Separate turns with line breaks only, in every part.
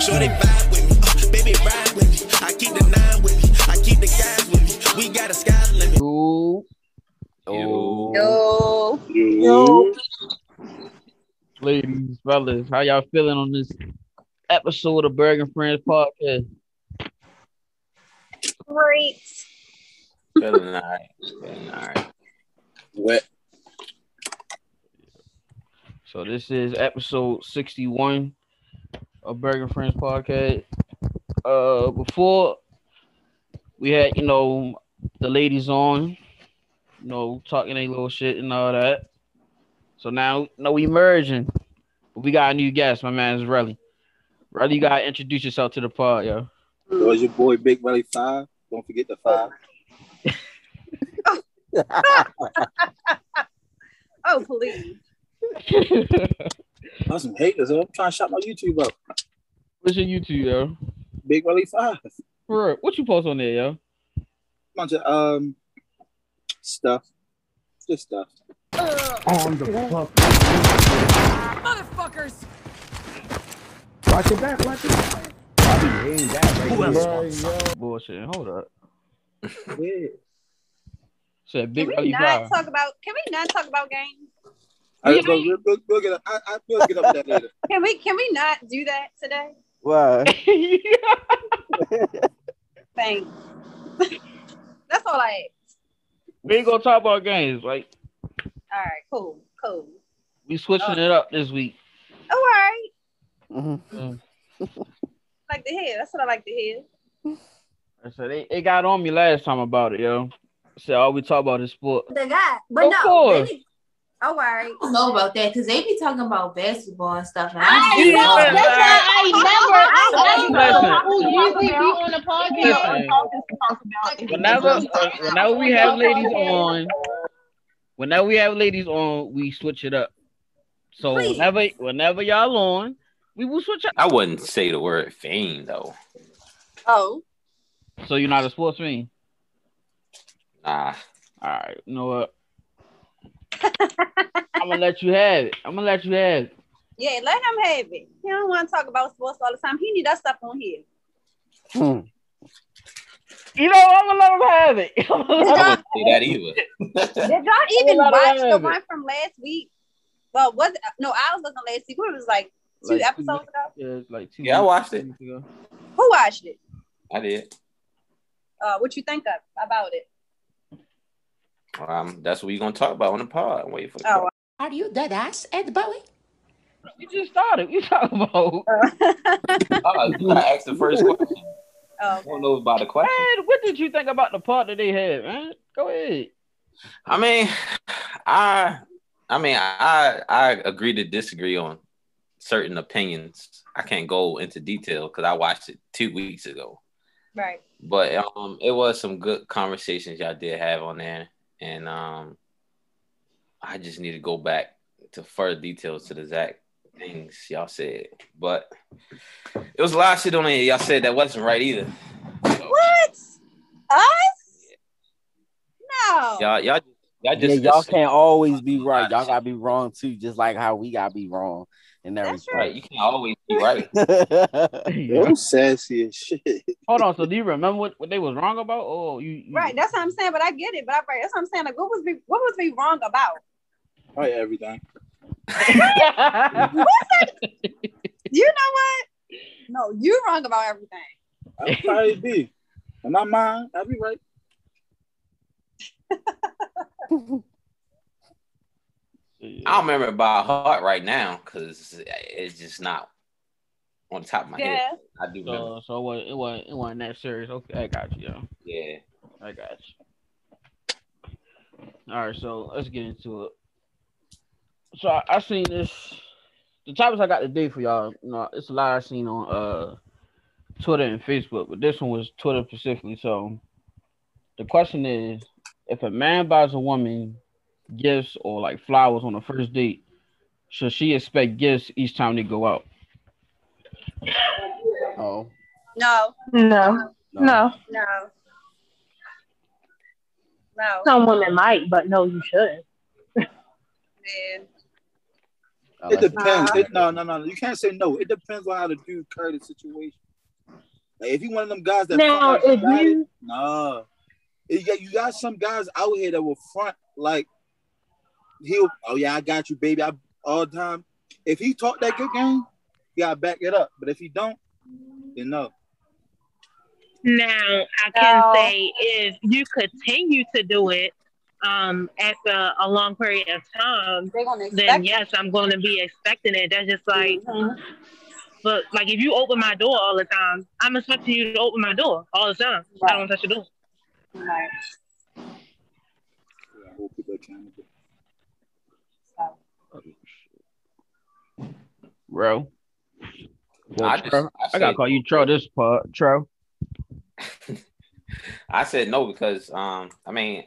sure they vibe with me. Uh, baby, ride with me. I keep the nine with me. I keep the guys with me. We got a sky limit.
Ooh.
Yo.
Yo.
Yo. Ladies, fellas, how y'all feeling on this episode of Berg and Friends podcast?
Great.
Feeling all right. Feeling all right.
Wet.
So this is episode 61 of Berg and Friends podcast. Uh before we had, you know, the ladies on, you know, talking a little shit and all that. So now no we merging. But we got a new guest, my man is Relly. Relly, you gotta introduce yourself to the pod, yo.
So it's your boy Big Belly Five. Don't forget the five.
Oh, please.
I'm some haters. huh? I'm trying to shut my YouTube up.
What's your YouTube, yo?
Big Belly Five.
For real, what you post on there, yo?
Bunch of um stuff. Just stuff.
Ugh.
on the fuck.
Motherfuckers!
Watch your back, watch your back. I be hating that right
else
there, yo.
Bullshit. Hold up.
Yeah.
Said
Can
Big
we
Belly
not
Five.
talk about? Can we not talk about games?
I just go, we'll, we'll, we'll get up. I, I, we'll get up with that later.
Can we? Can we not do that today?
Why?
Thanks. That's all I.
we ain't gonna talk about games. Like
Ask. All right. Cool. Cool.
we switching
Uh,
it up this week.
All right.
Mhm.
Mm-hmm.
Like to hear. That's what I like to hear.
I said they, they got on me last time about it, yo. I said all we talk about is sport.
The guy, but
Of
no,
course.
they be- oh, all right.
I don't know about that because they be talking about basketball and stuff. And
I
I
ain't
just
know
love
that.
it.
That's why I never, I ain't
Listen.
know who usually be on the podcast.
Listen,
Like,
Whenever whenever we have ladies on, whenever we have ladies on, we switch it up. So
Please.
whenever whenever y'all on, we will switch up.
I wouldn't say the word fame though.
Oh.
So you're not a sports fan.
Nah.
All right, you know what? I'm gonna let you have it. I'm gonna let you have it.
Yeah. Let him have it. He don't want to talk about sports all the time. He need us stuff on here.
Hmm.
You know, I'm gonna let him have it. I'm gonna let
I
him-
wouldn't say that either.
Did y'all even
lot of
watch the
rabbit.
one from last week? Well, was no, I was looking last week. It was like two
Like two
episodes ago.
Yeah, it's like two
Yeah, I
weeks-
watched
two
it.
weeks ago.
Who watched it?
I did.
Uh, what you think of about it?
Um, that's what we're gonna talk about on the pod. Wait for the
Oh,
pod.
Are you dead ass, Ed Bowie?
We just started. We talking about
Oh, I asked the first question.
Oh,
I don't know about the question.
man. What did you think about the part that they had, man? Go ahead.
I mean, I I mean I I agree to disagree on certain opinions. I can't go into detail because I watched it two weeks ago.
right.
But um it was some good conversations y'all did have on there. And um I just need to go back to further details to the exact things y'all said. But it was a lot of shit on there y'all said that wasn't right either. So,
What? Us? No.
y'all y'all y'all
Yeah,
just
y'all can't always be right.
Right.
Y'all gotta be wrong too, just like how we gotta be wrong and
That's
everything.
right. You can't always be right.
I'm sassy as shit.
Hold on. So do you remember what, what they was wrong about? Oh, you, you
Right. That's what I'm saying. But I get it. But I'm right. That's what I'm saying. Like, what was we? What was we wrong about?
Probably everything.
That's
You know what? No, you're wrong about everything.
I'll probably be. And not mine. I'll be right.
I don't remember it by heart right now because it's just not on top of my head.
Yeah.
I do remember.
so so it wasn't, it wasn't it wasn't that serious. Okay, I got you. Yo.
Yeah.
I got you. All right, so let's get into it. So I, I seen this. The topics I got today for y'all, you know, it's a lot I seen on uh Twitter and Facebook, but this one was Twitter specifically. So the question is, if a man buys a woman gifts or like flowers on the first date, should she expect gifts each time they go out?
oh,
No.
No, no.
No. No.
Some women might, but no, you shouldn't.
Yeah.
Oh,
It
that's-
depends. It- no, no, no. You can't say no. It depends on how the dude carry the situation. Like, if you one of them guys that
Now, if you
no, you got, you got some guys out here that will front like he'll. Oh yeah, I got you, baby. I all the time. If he talk that good game, you gotta back it up. But if he don't, then no.
Now I can
No.
say if you continue to do it um after a long period of time,
They're gonna
then
expect
yes, I'm gonna be expecting it. That's just like
Mhm.
but like if you open my door all the time, I'm expecting you to open my door all the time. I don't touch your door.
Right.
I hold people accountable.
So,
bro. Well,
I
I,
just- I
I, gotta
said-
call you Tro this part, Tro.
I said no because um I mean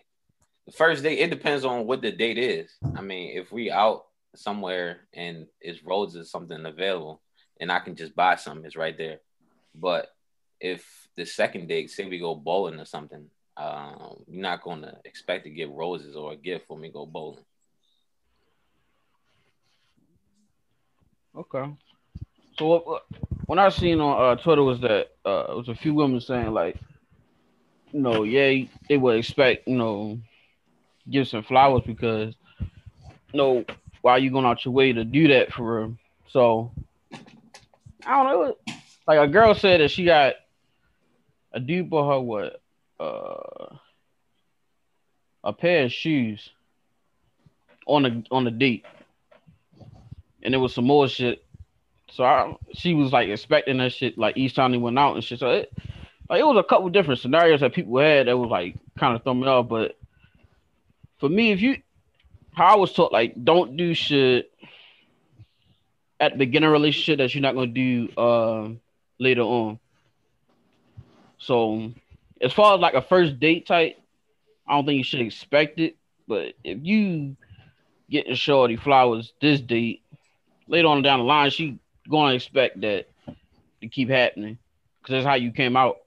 the first date it depends on what the date is. I mean if we out somewhere and it's roads or something available and I can just buy something, it's right there. But if the second date, say we go bowling or something, um, you're not gonna expect to get roses or a gift when we go bowling.
Okay. So what, what- when I seen on uh, Twitter was that uh, it was a few women saying like, you know, yeah, they would expect you know, gifts and flowers because, you know, why you going out your way to do that for real? So I don't know. it was- Like a girl said that she got a dude bought her what uh, a pair of shoes on a on a date and it was some more shit. So I, she was like expecting that shit like each time they went out and shit. So it, like it was a couple different scenarios that people had that was like kind of throwing me off. But for me, if you how I was taught, like don't do shit at the beginning of a relationship that you're not gonna do um later on. So as far as like a first date type, I don't think you should expect it. But if you getting shorty flowers this date later on down the line, she gonna expect that to keep happening because that's how you came out.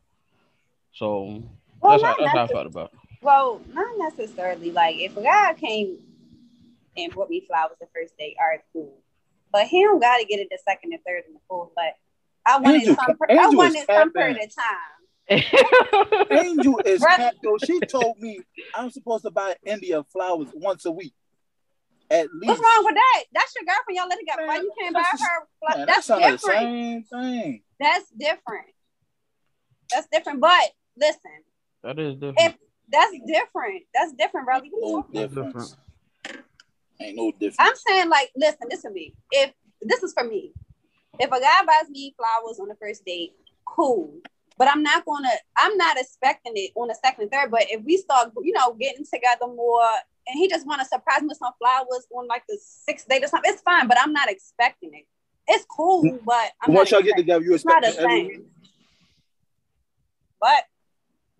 So
Well,
that's, how,
not
that's how I
necess-
felt about it.
well, not necessarily. Like if a guy came and brought me flowers the first day, all right, cool. But he don't gotta get it the second, the third, and the fourth. But I wanted
Angel-
some. Per- I
Angel is
wanted some
tapping.
period of time.
Angel is
Right.
cat though. She told me I'm supposed to buy India flowers once a week, at least.
What's wrong with that? That's your girlfriend. Y'all let it go. Why you can't buy
that's-
her? fla-
Man, that
that's
sound like the
different.
same thing.
That's different. That's different. But listen,
That is different.
If- that's different. That's different, bro. You
No
know?
difference. Ain't no difference.
I'm saying, like, listen, this for me. If this is for me, if a guy buys me flowers on the first date, cool. But I'm not gonna. I'm not expecting it on the second and third. But if we start, you know, getting together more, and he just want to surprise me with some flowers on like the sixth date or something, it's fine. But I'm not expecting it. It's cool, but I'm
Mm. once
not
y'all get
expecting-
together, you
it's not
expect
the
it every week.
same. But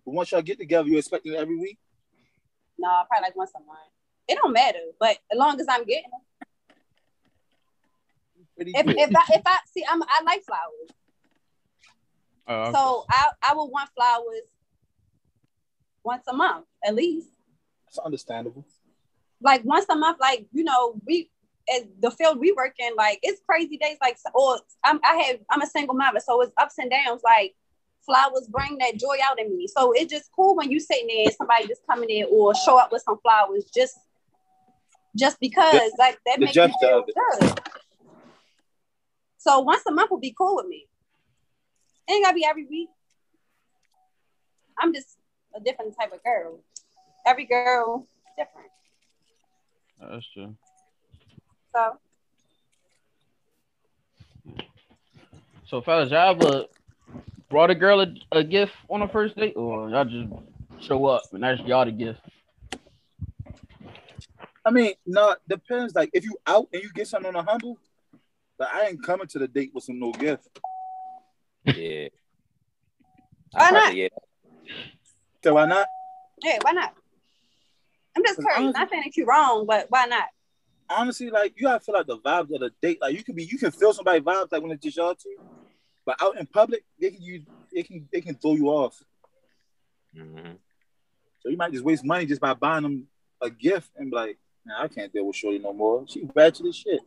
Once y'all get together, you expect it every week.
No, probably like once a month. It don't matter, but as long as I'm getting them.
Pretty
If,
good.
if I if I see, I'm I like flowers,
Uh,
so I I would want flowers once a month at least.
It's understandable.
Like once a month, like you know we at the field we work in, like it's crazy days. Like so- or I'm I have I'm a single mother, so it's ups and downs. Like flowers bring that joy out in me, so it's just cool when you sitting there and somebody just coming in or show up with some flowers just just because like that
the
makes me
gesture
feel
of it.
good. So once a month will be cool with me. It ain't gotta be every week. I'm just a different type of girl. Every girl different.
that's true.
So
So fellas, y'all ever brought a girl a, a gift on a first date, or y'all just show up and that's y'all the gift?
I mean, no, it depends. Like if you out and you get something on a humble, like I ain't coming to the date with some no gift.
Yeah.
Why
I
not?
probably, yeah,
So why not?
yeah, why not? I'm just
Cause
curious.
honestly-
Not saying that you wrong, but why not?
Honestly, like you gotta feel like the vibes of the date. Like you can be, you can feel somebody vibes like when it's just y'all two, but out in public, they can you, they can, they can throw you off.
mhm.
So you might just waste money just by buying them a gift and be like, nah, I can't deal with Shorty no more. She ratchet as shit.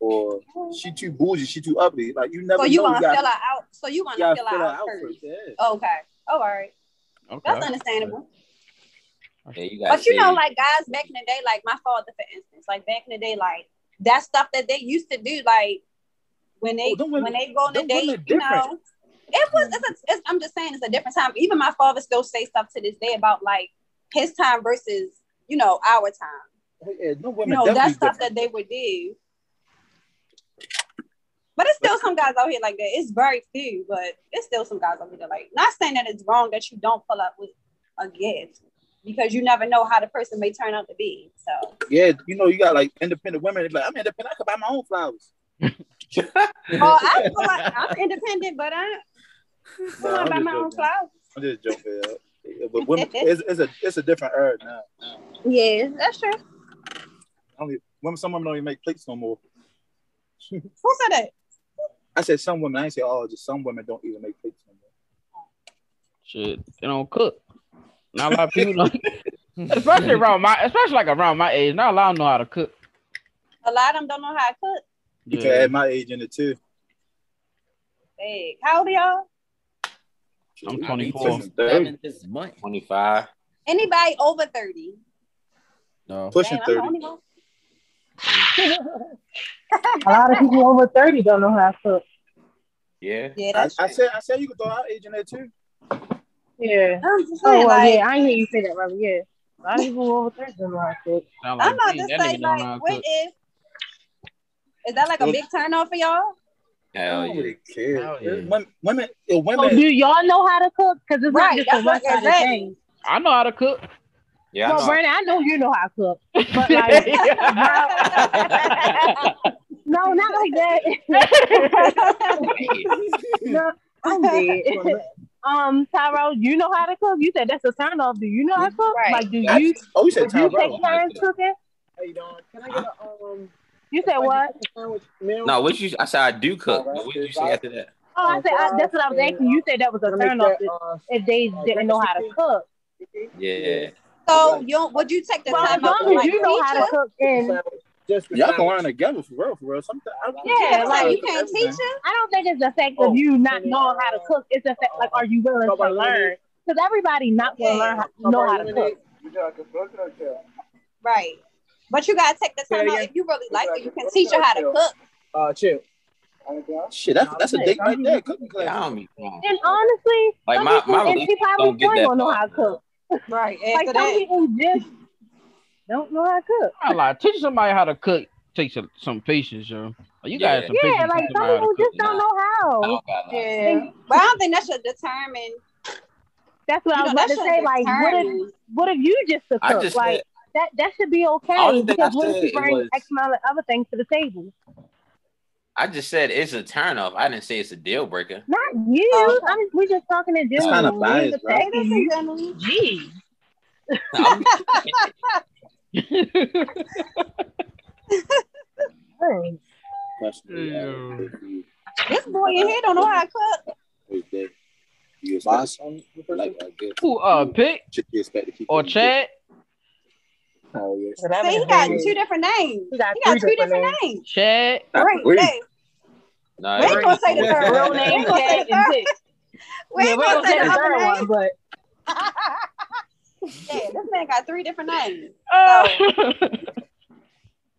or she too bougie, she too ugly. Like you never.
So you
know,
want to
gotta-
fill her out. So you want
you
to
gotta
fill her out first. Okay. Oh, all right.
Okay.
That's understandable.
Yeah, you
But you know, like guys back in the day, like my father, for instance, like back in the day, like that stuff that they used to do, like when they
Oh, them
when
women-
they go on a
them
date,
women
you
different.
know, it was. It's a, it's, I'm just saying, it's a different time. Even my father still say stuff to this day about like his time versus you know our time.
yeah, no
You
women.
know, that
definitely
stuff
different.
that they would do. But it's still some guys out here like that. It's very few, but it's still some guys out here that like. Not saying that it's wrong that you don't pull up with a gift because you never know how the person may turn out to be. So
Yeah, you know, you got like independent women. they be Like I'm independent. I can buy my own flowers.
Oh, I feel like I'm independent, but I I'm
Nah,
by
I'm
my own
just joking.
flowers.
I'm just joking. yeah. Yeah, But women, it's, it's a it's a different era now.
Yeah, that's true.
Only women, some women don't even make plates no more.
Who said that?
I said some women. I ain't say all. just some women don't even make plates no more.
Shit, they don't cook. Not a lot of people don't. especially around my, especially like around my age, not a lot know how to cook.
A lot of them don't know how to cook.
You
Yeah.
can add my age in it too.
Dang. How old are y'all?
I'm
I mean,
24.
Pushing thirty.
Seven this month.
25.
Anybody over 30?
No.
Pushing
Dang, I'm the
thirty.
only one.
A lot of people over 30 don't know how to cook.
Yeah.
Yeah,
I,
that's
I
true.
said I said you could throw our age in there too.
Yeah.
I'm just
Oh,
saying,
well,
like,
yeah. I hear you say that, Robert. Yeah. A lot of people over 30 don't know how to cook.
Sound
I'm about
"Dang,
to say,
Oh, nigga don't know how
like,
to
what
cook."
if? Is that like a big turn off for y'all?
Hell
I don't
yeah.
really care.
Hell yeah.
Women, women, yo,
So
women.
Oh, do y'all know how to cook? Because it's
Right,
not just a
that's what-
one sided
exactly.
thing.
I know how to cook.
Yeah. I
Well,
know.
Brandon, I know you know how to cook, but like, no, not like that. no, I'm dead. Um, Tyrell, you know how to cook. You said that's a turn off. Do you know how to cook?
Right.
Like, do
I-
you?
oh, you
Do
said
you
Tyrell.
take turns cooking?
How you doing? Can I get a um?
You said what?
No, what you I said I do cook. but what did you say after that?
Oh, I said I, that's what I uh, was asking. You said that was a turn off
um,
if they didn't know how to cook.
Yeah.
so you don't- would you take the
Well, as
time out to
long as
like
you know how
teach
to
her?
cook, then
Y'all can learn together for real, for real. Sometimes I don't
Yeah,
care.
Yeah, like you
like-
can't teach her.
I don't think it's the fact
Oh,
of you not knowing how
uh,
to cook. It's the fact like, are you willing to learn? Because everybody not gonna learn how, know how to cook.
Right. But you gotta take the time out if you really like her. You can teach her how to cook.
Shit, that's that's a date right there. Cooking
yeah I
class.
don't be wrong.
And honestly,
Like,
some
my-
people
my
and she
relationship
probably
don't get
still
that
don't know
far.
how to cook.
Right.
Like
After
some
that.
people just don't know how to cook.
I like teach somebody how to cook. Take some, some patience, yo. Like, You
Yeah.
got some patience.
Yeah,
to
like
teach
some
somebody how to
people
cook.
just don't know
I
how.
don't got like,
Yeah. But I don't think that should determine.
That's
You
what I
know,
was
that
about to
should
say. Like, what if
determine.
what if you just to
I
cook?
just
like
said-
that that should be okay
Only thing
because
I
what
said
if you
it
bring
was-
X amount of other things to the table?
I just said it's a turn off. I didn't say it's a deal breaker.
Not you.
Oh, okay.
I mean, we're just talking in general.
kinda
What
biased,
is the
bro.
fact
Mm-hmm.
that you-
Gee.
I'm-
Dang.
This boy in here don't know how to cook.
You boss, like I guess.
Who uh Pitt
Should you expect to keep
or
it?
Chad?
Oh yes.
See, he got two different names.
He got
He got
three
two
different
different names.
Chad.
Right.
Three.
Hey,
No,
We ain't gonna say the
Yeah.
third.
Real
one. We ain't gonna say the third.
Pitt.
We ain't gonna say the other
one,
name.
but
Yeah, this man got three different names.
Oh.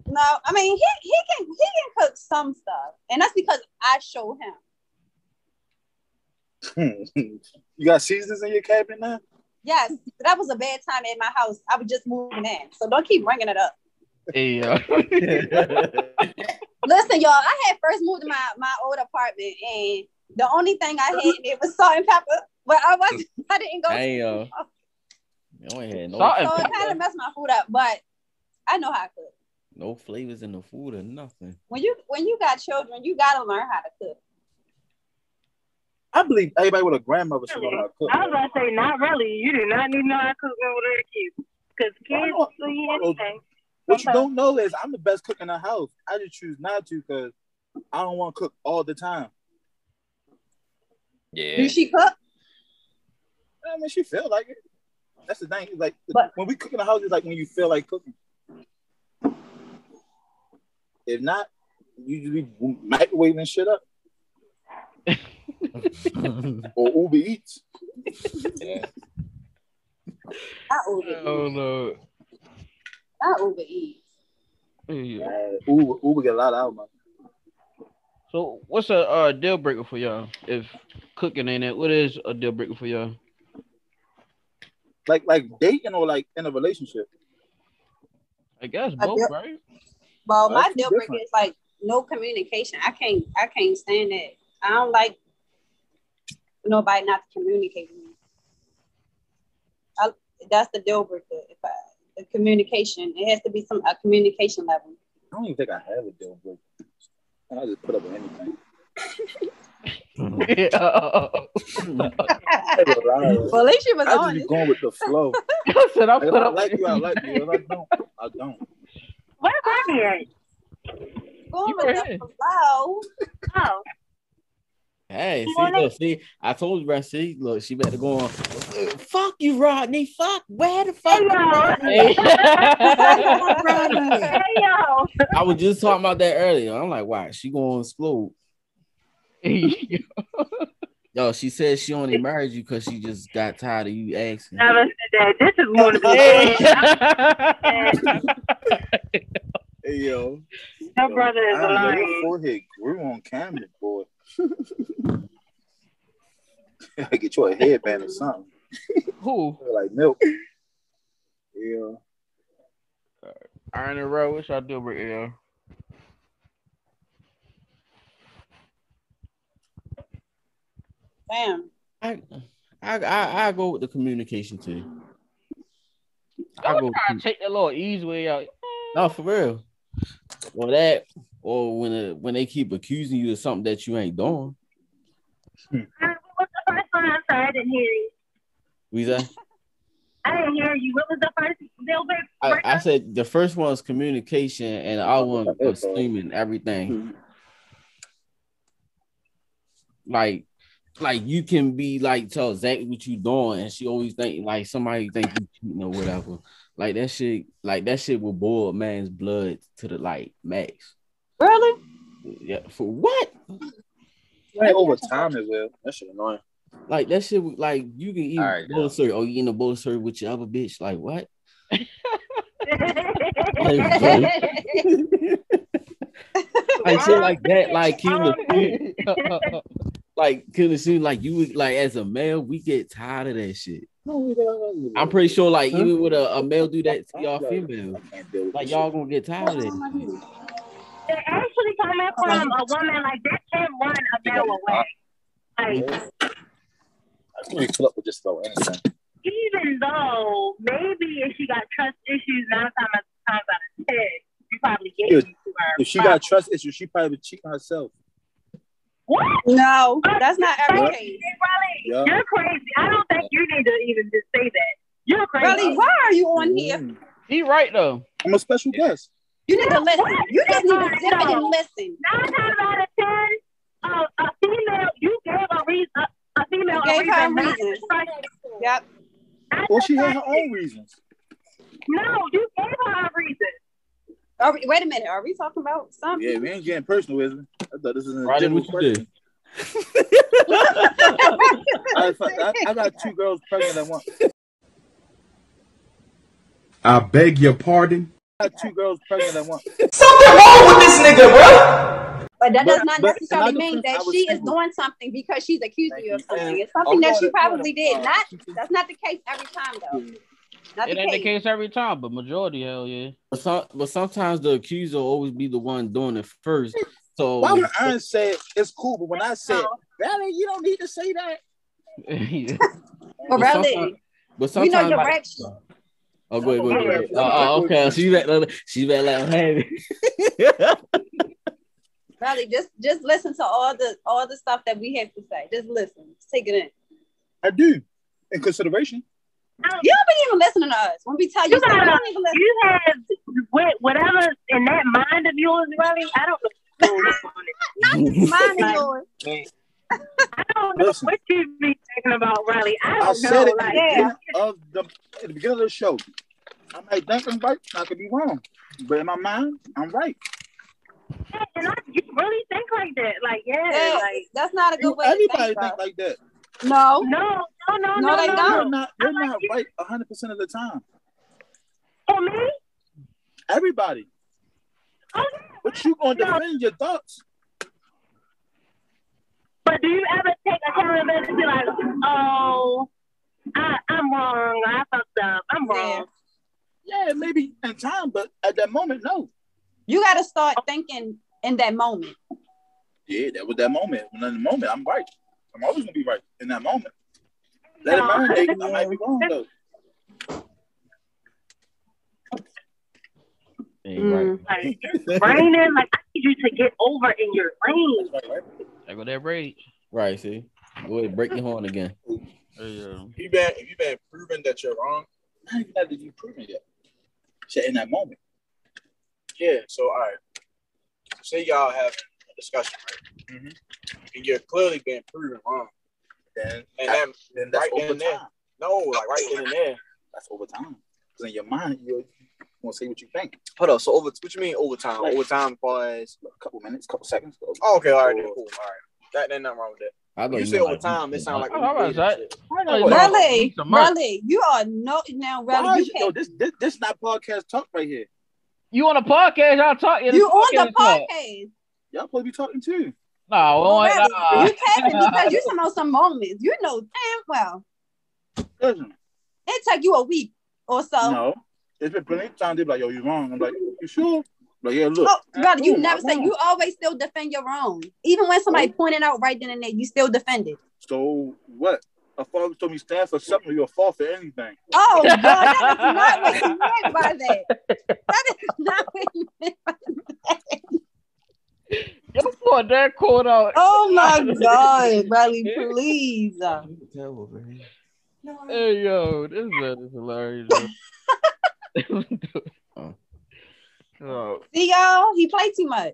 No, I mean he he can he can cook some stuff, and that's because I show him.
you got seasons in your cabinet now?
Yes, that was a bad time in my house. I was just moving in, so don't keep bringing it up.
hey, uh,
Listen, y'all, I had first moved to my my old apartment, and the only thing I had in it was salt and pepper. But I was I didn't go.
Damn. You ain't uh, had
Salt and
So
Oh,
no,
it kind of messed my food up, but I know how to cook.
no flavors in the food or nothing.
When you when you got children, you gotta learn how to cook.
I believe everybody with a grandmother should know how to cook.
I was about to say, not really. You do not need to know how to cook in order to kids. Because kids do anything.
What you don't know is I'm the best cook in the house. I just choose not to because I don't want to cook all the time.
yeah.
Do she cook?
I mean, she feel like it. That's the thing. It's Like
But-
when we cook in the house, it's like when you feel like cooking. If not, you be microwaving shit up. or Uber Eats.
Yeah.
Not Uber Eats.
Oh no.
Not Uber Eats.
Yeah.
Uh, Uber, Uber get a lot out of my
So what's a uh, deal breaker for y'all? If cooking ain't it, what is a deal breaker for y'all?
like like dating or like in a relationship.
I guess
A
both,
deal-
right?
Well,
Well,
my
Oh, that's
deal breaker
different.
is like no communication. I can't I can't stand that. I don't like nobody not to communicate with me. I, that's the deal breaker. If I, the communication, it has to be some a communication level.
I don't even think I have a deal breaker. I just put up with anything.
I
I ain't gonna lie.
well, at least she was
I just
honest.
be going with the flow.
said I
Like, if
put
I
up.
like you, I like you. If I don't, I don't.
Where's Bobby at?
Going
You
with
were
the
in.
flow.
Oh,
Hey,
You
see,
wanna-
look, see, I told you, right? See, look, she better go on. Fuck you, Rodney. Fuck, where the fuck?
hey yo,
Rodney?
Oh, hey yo.
I was just talking about that earlier. I'm like, wow, she going to explode. Yo, she said she only married you because she just got tired of you asking.
Never said that. This is going to be.
Hey.
Hey yo,
Your brother is a
I know your
liar.
forehead grew on camera, boy. Get you a headband or something.
Who?
Like milk. Yeah.
Iron and row. What's y'all deal breaker, y'all?
Damn.
I, I, I, I go with the communication too. I
I
go.
try to take the little easy way out.
No, for real. Or that, or when uh, when they keep accusing you of something that you ain't doing.
What's the first one I said? I didn't hear you.
We say-
I didn't hear you. What was the first deal break-
I,
breaker?
I said the first one is communication, and the other one was screaming
mm-hmm.
everything. Like, like you can be like tell exactly what you doing, and she always think like somebody think you cheating or whatever. Like that shit, like that shit will boil a man's blood to the like max.
Really?
Yeah, for what?
Like over time as well. That shit annoying.
Like that shit, would- like you can eat
All right,
bowl
now.
serve. Oh, you in a bowl serve with your other bitch? Like what? Like, bro,
That's
like shit like that. Like Kina,
Yeah.
like Kina, seem like you would like as a male, we get tired of that shit. I'm pretty sure like even with a, a male do that to y'all female, like y'all gonna get tired of it.
They're actually coming from a woman like that can't run a male away. Like
I can't put up with just about anything.
even though maybe if she got trust issues nine times out times out of ten, you probably gave it to her.
If she got trust issues, she probably would cheat on herself.
what?
no, that's not every
Really?
case.
Yeah.
You're crazy. I don't think you need to even just say that. You're crazy.
Really, why are you on here?
Mm.
he right though.
I'm a special guest.
You need to listen. You just need to sit back and listen.
Nine times out of ten, uh, a female, you gave a reason. uh, A female
You
a
gave her a
reason not to
reason.
trust you.
Yep.
Not
Well,
to
she had her
trust you.
own reasons.
No, you gave her a reason.
Are we, wait a minute. Are we talking about something?
Yeah, we ain't getting personal, is it? I thought this was a
Rodney,
general
what you
question.
do?
I, I, I got two girls pregnant at once.
I beg your pardon.
I got two girls pregnant at once.
But that does
But-
not
but in
necessarily
my
mean
defense,
that
I was
she is
single.
doing something because she's accusing
Thank
you of
you.
something.
And
It's something that
although
she
the-
probably did.
uh,
Not that's not the case every time though. Not the
It ain't the
case.
case every time, but majority hell yeah.
But, some, but sometimes the accuser will always be the one doing it first. So
Why would I say it's cool, but when I said, Valerie, you don't need to say that.
But
But
really,
sometimes-
we
but
know
sometimes
your
like,
rap sheet.
oh go ahead, go ahead, go ahead. Uh, uh, okay, she let she let let him have it.
Really, just just listen to all the all the stuff that we have to say. Just listen. Just take it in.
I do. In consideration.
You don't been even listening to us when we tell you,
You
something. You
gotta-
don't even listen.
You have wh- whatever's in that mind of yours, really. I don't know. what's going on.
Mine
Like-
and yours.
I don't know
Listen.
what you be talking about, really. I
I
don't
said
know.
it at
Like,
the,
yeah.
beginning of the, at the beginning of the show. I might think I'm right, I could be wrong. But in my mind, I'm right.
and I, you really think like that. Like, yeah,
Yeah,
like
that's not a good way.
Everybody
to
think like that.
No.
No, no, no,
No, they
You're
don't.
not, you're not right 100 percent of the time.
For me,
everybody. But you gonna defend your thoughts?
But do you ever take accountability and be like, oh, I, I'm wrong, I fucked up, I'm wrong.
Yeah, maybe in time, but at that moment, no.
You got to start thinking in that moment.
Yeah, that was that moment. When in the moment, I'm right. I'm always gonna be right in that moment. Let it marinate. I might be wrong though.
Mm, Like, it's raining, like, I need you to get over in your lane.
I go there, Brady.
Right, see. Go ahead, break your horn again.
Yeah.
You been if you been proven that you're wrong.
Not even that you proven yet. Shit, in that moment.
Yeah. So all right. Say y'all having a discussion, right? And you're clearly being proven wrong.
Mm-hmm. Then
and then,
then that's
right then
over
and there.
time.
No, like right then and there.
That's over time. Cause in your mind, you're gonna say what you think.
Hold up. So over what you mean overtime?
Like-
Overtime was
a couple minutes, couple seconds.
Oh, okay, all right, then, cool, all right. That ain't nothing wrong with that.
I
you say overtime, it sounds like
Oh, I was like, I know you-
Relly,
It's a month.
Relly, you are no now.
Why
Relly,
is
you
it- yo,
can't.
this, this this not podcast talk right here.
You on a podcast? I'll talk.
You on the podcast?
Y'all supposed to be talking too.
No,
Well,
we don't-
Relly,
nah.
you capping because you some on some moments. You know damn well.
Listen,
It took you a week or so.
no, it's been plenty of times. They be like, "Yo, you wrong." I'm like, "You sure?" Like, yeah, look.
Oh, brother, you
Ooh,
never
I'm
say
wrong.
you always still defend your wrong. Even when somebody pointed out right then and there, you still defend it.
So what? A father told me stand for something. You'll fall for anything.
Oh, bro, that is not what you meant by that. That is not what you meant.
Yo, boy, that called out.
Oh my God, Riley, please.
Hey, yo, this man is hilarious. yo. Oh,
See y'all, he played too much.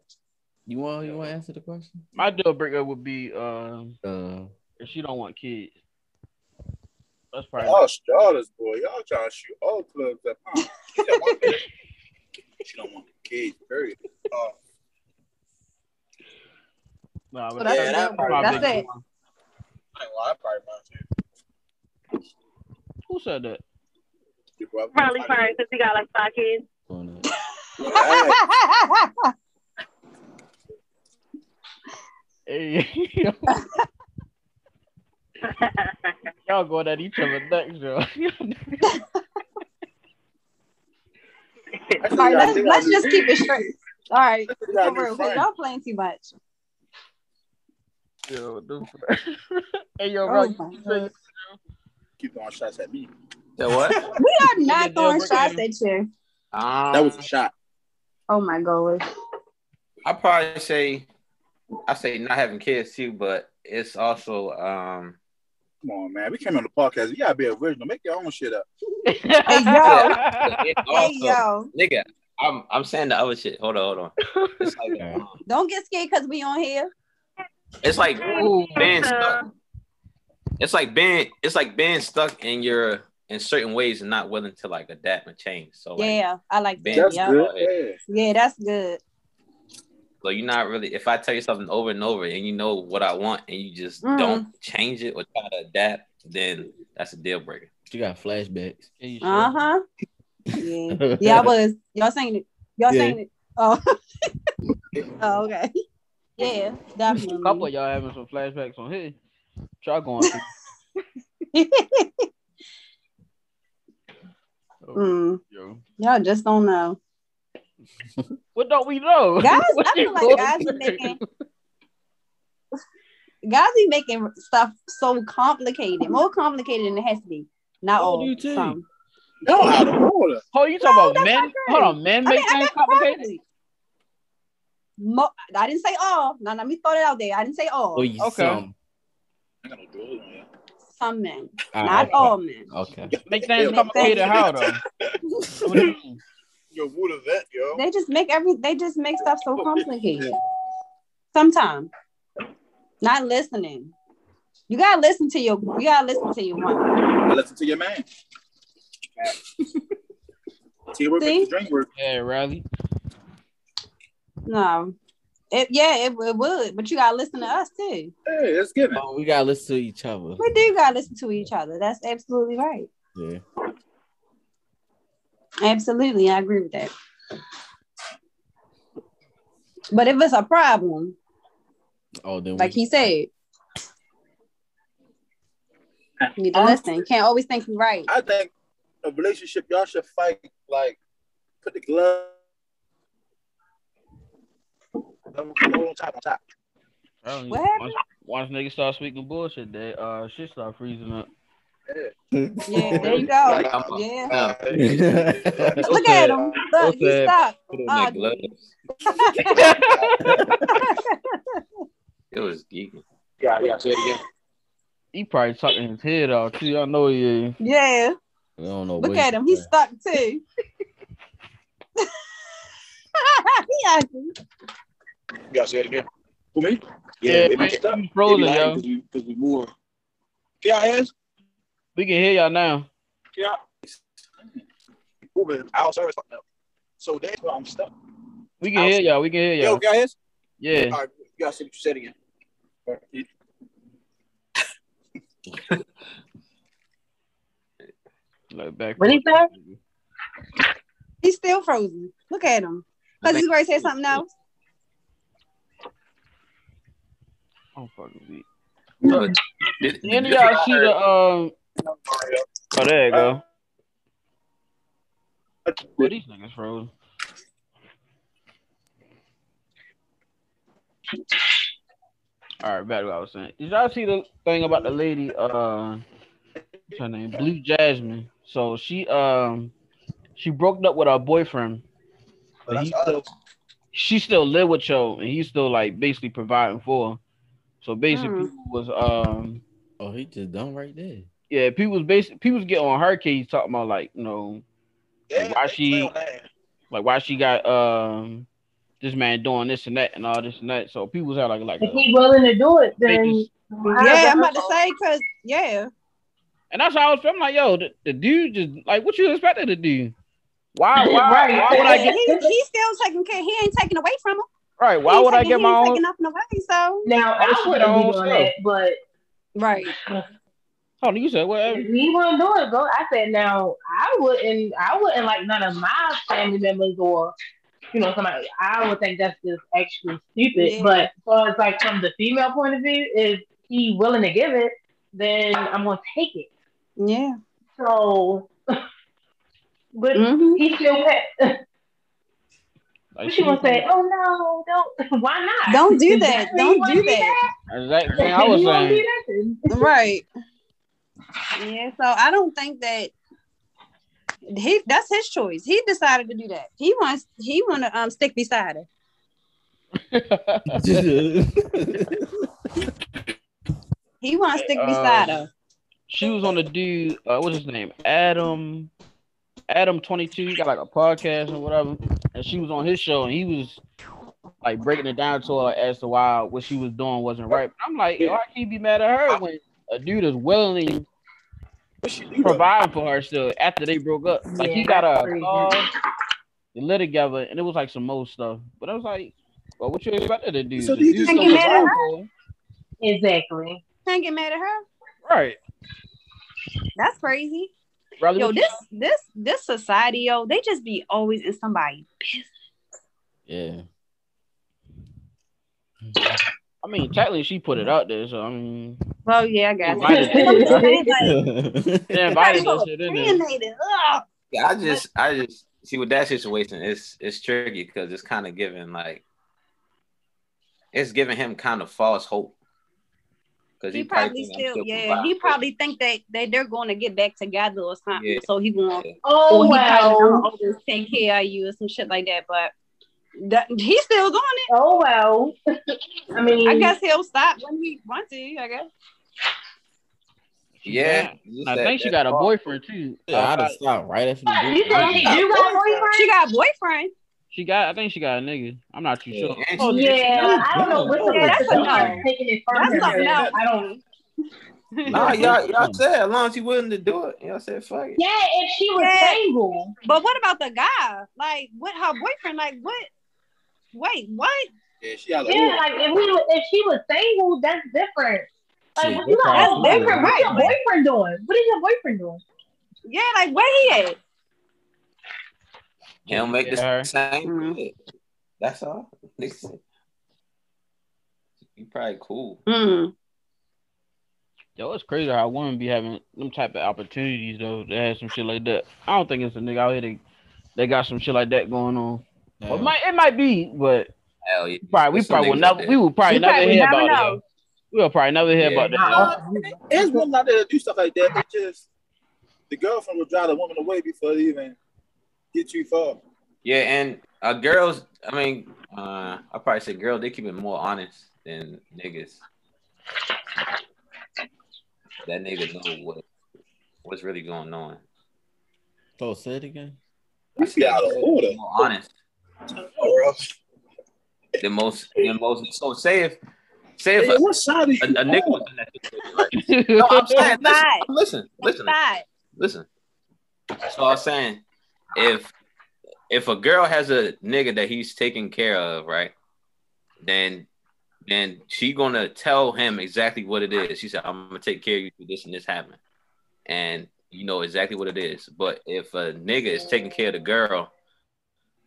You want you want to answer the question?
my deal breaker would be um,
Uh,
if she don't want kids. That's probably.
Y'all starters, boy. Y'all trying to shoot all clubs up. huh? she don't want the kids. Period. Oh,
Nah, but
So
that's,
that's
that's
it.
my
That's
biggest
it.
one.
well, I probably mine too.
Who said that?
your brother.
Probably fine because he got like five kids.
Hey, yo. y'all going at each other next, yo.
Actually,
All right,
I
let's,
think I
let's
do.
just keep it straight. All right,
got
for
a new
real, 'cause
friend.
y'all playing too much.
yo the... hey, yo, bro,
Oh
you
my
you say
God.
Keep throwing shots at me.
The what?
We are not
deal
throwing
breaker.
shots at you.
Um,
That
Uh,
was a shot.
Oh my God.
I probably say, I say not having kids too, but it's also um.
Come on, man. We came on the podcast. You gotta be original. Make your own shit up.
Hey yo,
It's
hey
also,
yo.
nigga. I'm I'm saying the other shit. Hold on, hold on. It's like um,
Don't get scared because we on here.
it's like
Ooh,
being
Uh,
stuck. It's like being it's like being stuck in your in certain ways and not willing to like adapt and change. So like,
Yeah, I like that.
being
That's
yeah.
good. Yeah.
yeah, that's good.
So you're not really. If I tell you something over and over, and you know what I want, and you just
Mm.
don't change it or try to adapt, then that's a deal breaker.
you got flashbacks.
Hey, yo.
Uh huh. Yeah, yeah, I was. Y'all saying it. Y'all
Yeah.
saying it. Oh. oh, okay. Yeah,
A couple of
definitely.
y'all having some flashbacks on here. Y'all going through.
Mm,
Yo.
y'all just don't know.
What don't we know?
Guys,
What
I
you
feel
going
like guys be
through?
making guys be making stuff so complicated, more complicated than it has to be. Not
Oh,
all.
you too.
Some.
No, out of order.
Oh, you
No,
talking about
that's
men?
not good.
Hold on, men
I
make
mean, I
things
got
complicated.
probably. Mo- I didn't say all. Now let me throw that out there. I didn't say all.
Oh, you
Okay.
some.
I got no jewelry on, y'all.
Some men,
Ah,
not
okay.
all men.
Okay.
Make things
Make
complicated.
things-
How though? What do you mean?
Yo, what is that, yo?
They just make every. They just make stuff so complicated. Sometimes, not listening. You gotta listen to your. You gotta listen to your one.
I listen to your man. Teamwork
See?
makes the dream work.
yeah, Riley.
No, It, yeah, it, it would, but you gotta listen to us too.
Hey, let's get it.
Oh, we gotta listen to each other.
We do gotta listen to each other. That's absolutely right.
Yeah.
Absolutely, I agree with that. But if it's a problem,
Oh, then
like he said, you need to listen. You Can't always think you're right.
I think a relationship, y'all should fight like put the glove on top on top.
Apparently,
What happened?
Once, once niggas start speaking bullshit, they uh shit start freezing up.
Yeah, there you go.
Like, I'm-
yeah.
Look,
Look at him. Look, he's
Okay.
stuck.
Put on
Oh,
that glove. It was geeky.
Yeah, yeah, say it again.
He probably talking his head off too. I know he. is.
yeah.
I don't know.
Look
what
at him. He's stuck too. he ugly.
Yeah, say it again. Who me?
Yeah,
they be
man,
stuck.
you frozen,
They be lying
yo.
'cause we- 'cause we move. on. Can y'all hear us?
We can hear y'all now.
Can y'all? Uber, our service fucked up. So that's why I'm stuck.
We can hear y'all. We can hear y'all.
Yo, guys.
Yeah.
All right, you all see what you said again. All right.
Like back.
What he say? He's still frozen. Look at him. Cause he's going to say something else.
I'm fucking weak.
Look,
Did any of y'all see the um? Oh, there you go. Well, these niggas froze. All right, back to what I was saying. Did y'all see the thing about the lady? Uh, what's her name? Blue Jasmine. So she um, she broke up with her boyfriend. But he still, she still lived with Cho, and he's still like basically providing for. her. So basically,
Mm.
people was um,
Oh, he just done right there.
yeah, people was basically people was getting on her case talking about like you know, like why she like why she got um this man doing this and that and all this and that. So people was had like like
If
a,
he willing to do it,
They
then
just-
Yeah, I'm about to say because yeah.
and that's how I was feeling like yo, the, the dude just like what you expected to do? Why why
Right.
why would I get
He, he's still taking care. He ain't taking away from him.
right? Why
He ain't
would I
taking-
get
he
my
ain't
own?
taking nothing away? So
Now
Oh,
I
she
wouldn't
don't
be doing
sell.
that, but
right.
Hold on, you said whatever.
If he wouldn't do it, go. I said now I wouldn't. I wouldn't like none of my family members or you know somebody. I would think that's just actually stupid.
Yeah.
But as far as like from the female point of view, if he willing to give it, then I'm gonna take it.
Yeah.
So, but
Mhm.
he still. Had,
Like,
but she gonna say, "Oh no, don't. Why not?
Don't do
Is
that.
where you
Don't
wanna
do
be
that.
Exactly.
at?
I was
You wanna be
saying.
at then?
Right. Yeah. So I don't think that he that's his choice. He decided to do that. He wants he wanna um stick beside her. He wants to stick
Uh,
beside her.
she was on the dude. Uh, what's his name? Adam. Adam twenty two. Got like a podcast or whatever, and she was on his show, and he was like breaking it down to her as to why what she was doing wasn't right. But I'm like, why can't you be mad at her when a dude is willingly providing for her still after they broke up? Like he
Yeah,
got
that's
a
crazy.
call, they live together, and it was like some more stuff. But I was like, well, what you expected to do?
So
The
he
dude's
just-
still
Can't get mad at
providing
her?
for her.
Exactly.
Can't get mad at her.
Right.
That's crazy.
Riley,
Yo,
what you
this this this society, yo, they just be always in somebody.
Yeah.
I mean, technically, she put it out there, so I mean,
Well, yeah, I guess.
invited they invited us. It didn't they?
Opinionated. Ugh.
Yeah, I just, I just see with that situation, it's it's tricky because it's kind of giving like, it's giving him kind of false hope. Because
He probably still, yeah. He probably think that, that they're going to get back together or something.
Yeah.
So he going,
Oh,
or he probably
well.
gonna always take care of you or some shit like that. But that, he's still doing it.
Oh well. I mean,
I guess he'll stop when he wants to. I guess.
yeah.
Damn.
just
I
that-
think she
that
got a
false-
boyfriend too.
Yeah, I'd
Uh,
have stopped right after
What, you
the
said she do got a
She
boyfriend?
got a boyfriend.
she got. I think she got a nigga. I'm not too
Yeah,
sure.
and
Oh,
she-
Yeah, I don't know
No,
what
no,
that is.
that's a no.
I'm taking it from
That's
her.
a no.
I don't.
Nah,
Yeah.
y'all, y'all said as long as you willing to do it, y'all said fuck it.
Yeah, if she was
Yeah.
single,
But what about the guy? Like, what her boyfriend? Like, what? Wait, what?
Yeah, she got like,
Yeah, like if we if she was single, that's different. Like
Shit,
what you
that's different,
got boyfriend, what's your
right.
boyfriend doing? What is your boyfriend doing?
Yeah, like where he at?
He'll make the same. bread. That's all. Listen. You probably cool.
Hmm.
Yo, it's crazy how women be having them type of opportunities though to have some shit like that. I don't think it's a nigga out here that, that got some shit like that going on. But might, it might be, but
Hell yeah.
probably we
There's some
probably will
niggas out
never
there.
we will probably
You
never
probably
hear
never
about
know.
that. We'll probably never hear
Yeah.
about that.
It's women out there that do stuff like that. It just the girlfriend will drive the woman away before they even get too far.
Yeah, and uh, girls, I mean, uh, I probably say girl, they keep it more honest than niggas. That nigga know what what's really going on.
So say it again.
I said
out of
they're
order.
More honest. The most, the most. So say if, say if
Hey,
a,
what side is
a,
you
a nigga
on?
was in that situation, right? No, I'm saying, listen,
Side.
listen, listen,
Side.
listen. So I was saying, if if a girl has a nigga that he's taking care of, right, then then she gonna tell him exactly what it is. She said, "I'm gonna take care of you through this and this happened," and you know exactly what it is. But if a nigga is taking care of the girl,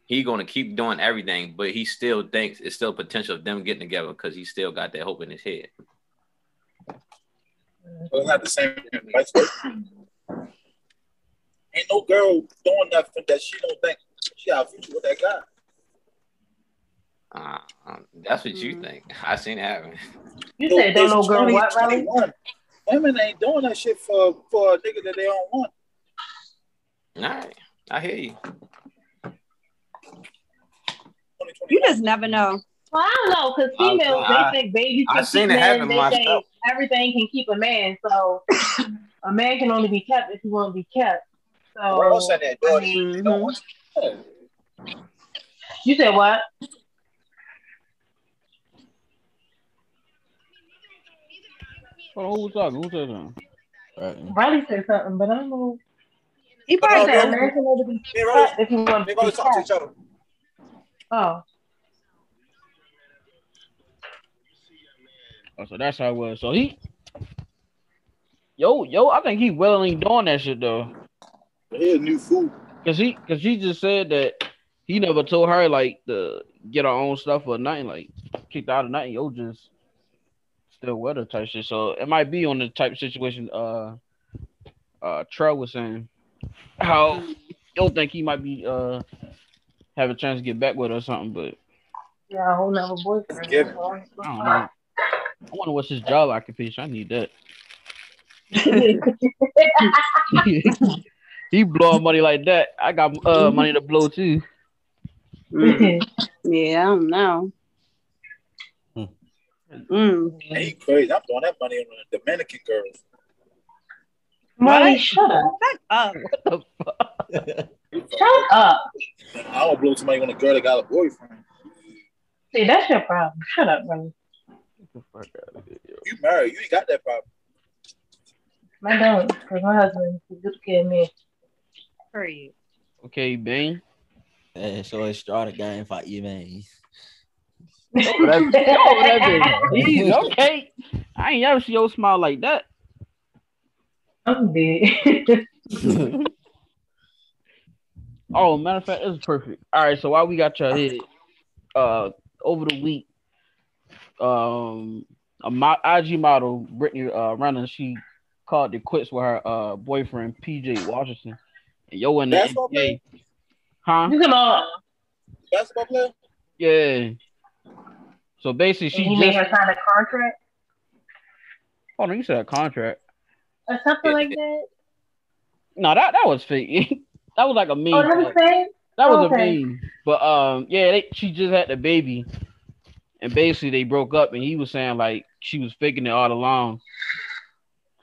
he gonna keep doing everything, but he still thinks it's still potential of them getting together because he still got that hope in his head.
It's not the same. Vice versa. Ain't no girl doing nothing that she don't think she got a future with that guy.
Uh, um, that's what you think. I seen it happen.
You said don't no girl what, Riley?
2021. Women ain't doing that shit for for a nigga that they don't want.
All right, I hear you.
You just never know.
Well, I don't know, because
I-
females
I-
they think babies
I
can
seen
keep
it
men.
happen
They
myself.
think everything can keep a man. So a man can only be kept if he want to be kept. So
Where else at that,
Oh, I
dog?
mean,
They don't want you.
you said what?
Hold on, who was talking? Who said something?
Riley said something, but I don't know.
He
No,
probably said a
no.
man can only be
They
kept if he want
They
to
probably
be
talk to each
kept.
other.
Oh,
Oh, so that's how it was. So he, yo, yo, I think he willingly doing that shit though.
He a new fool.
Cause he, cause he just said that he never told her like to get her own stuff or nothing, like kicked out of nothing. Yo, just still with her type shit. So it might be on the type of situation. Uh, uh, Trey was saying how yo think he might be uh have a chance to get back with her or something, but
yeah, a whole nother boyfriend.
Give
That's all.
I don't know. I wonder what's his job occupation. I need that. he blowing money like that. I got uh money to blow too.
Yeah, I don't know.
Hmm. mm-hmm.
He crazy. I'm throwing that money on the Dominican girls.
Molly, shut up.
Shut up.
Shut up.
I don't blow somebody on a girl that got a boyfriend.
See, that's your problem. Shut up, Riley.
You married, you ain't got that problem.
I don't, because my husband is a good kid, man.
Period.
Okay, Bing.
Yeah, so it's start a game for you, man.
Jeez, okay. I ain't never see your smile like that.
I'm dead.
oh, matter of fact, it's perfect. All right, so while we got your head, uh, over the week, um, a mo- IG model Brittany uh Reynolds, she called it quits with her uh boyfriend PJ Washington. And yo, in the
Basketball
NBA, huh?
You can all.
Basketball player?
Yeah. So
Oh,
basically,
He
she
made
just
her sign a contract
hold on. You said a contract?
or something like that.
No, that that was fake. that was like a meme.
Oh, that was fake?
That was
Okay.
a meme. But um, yeah, they, she just had the baby, and basically they broke up, and he was saying like she was faking it all along.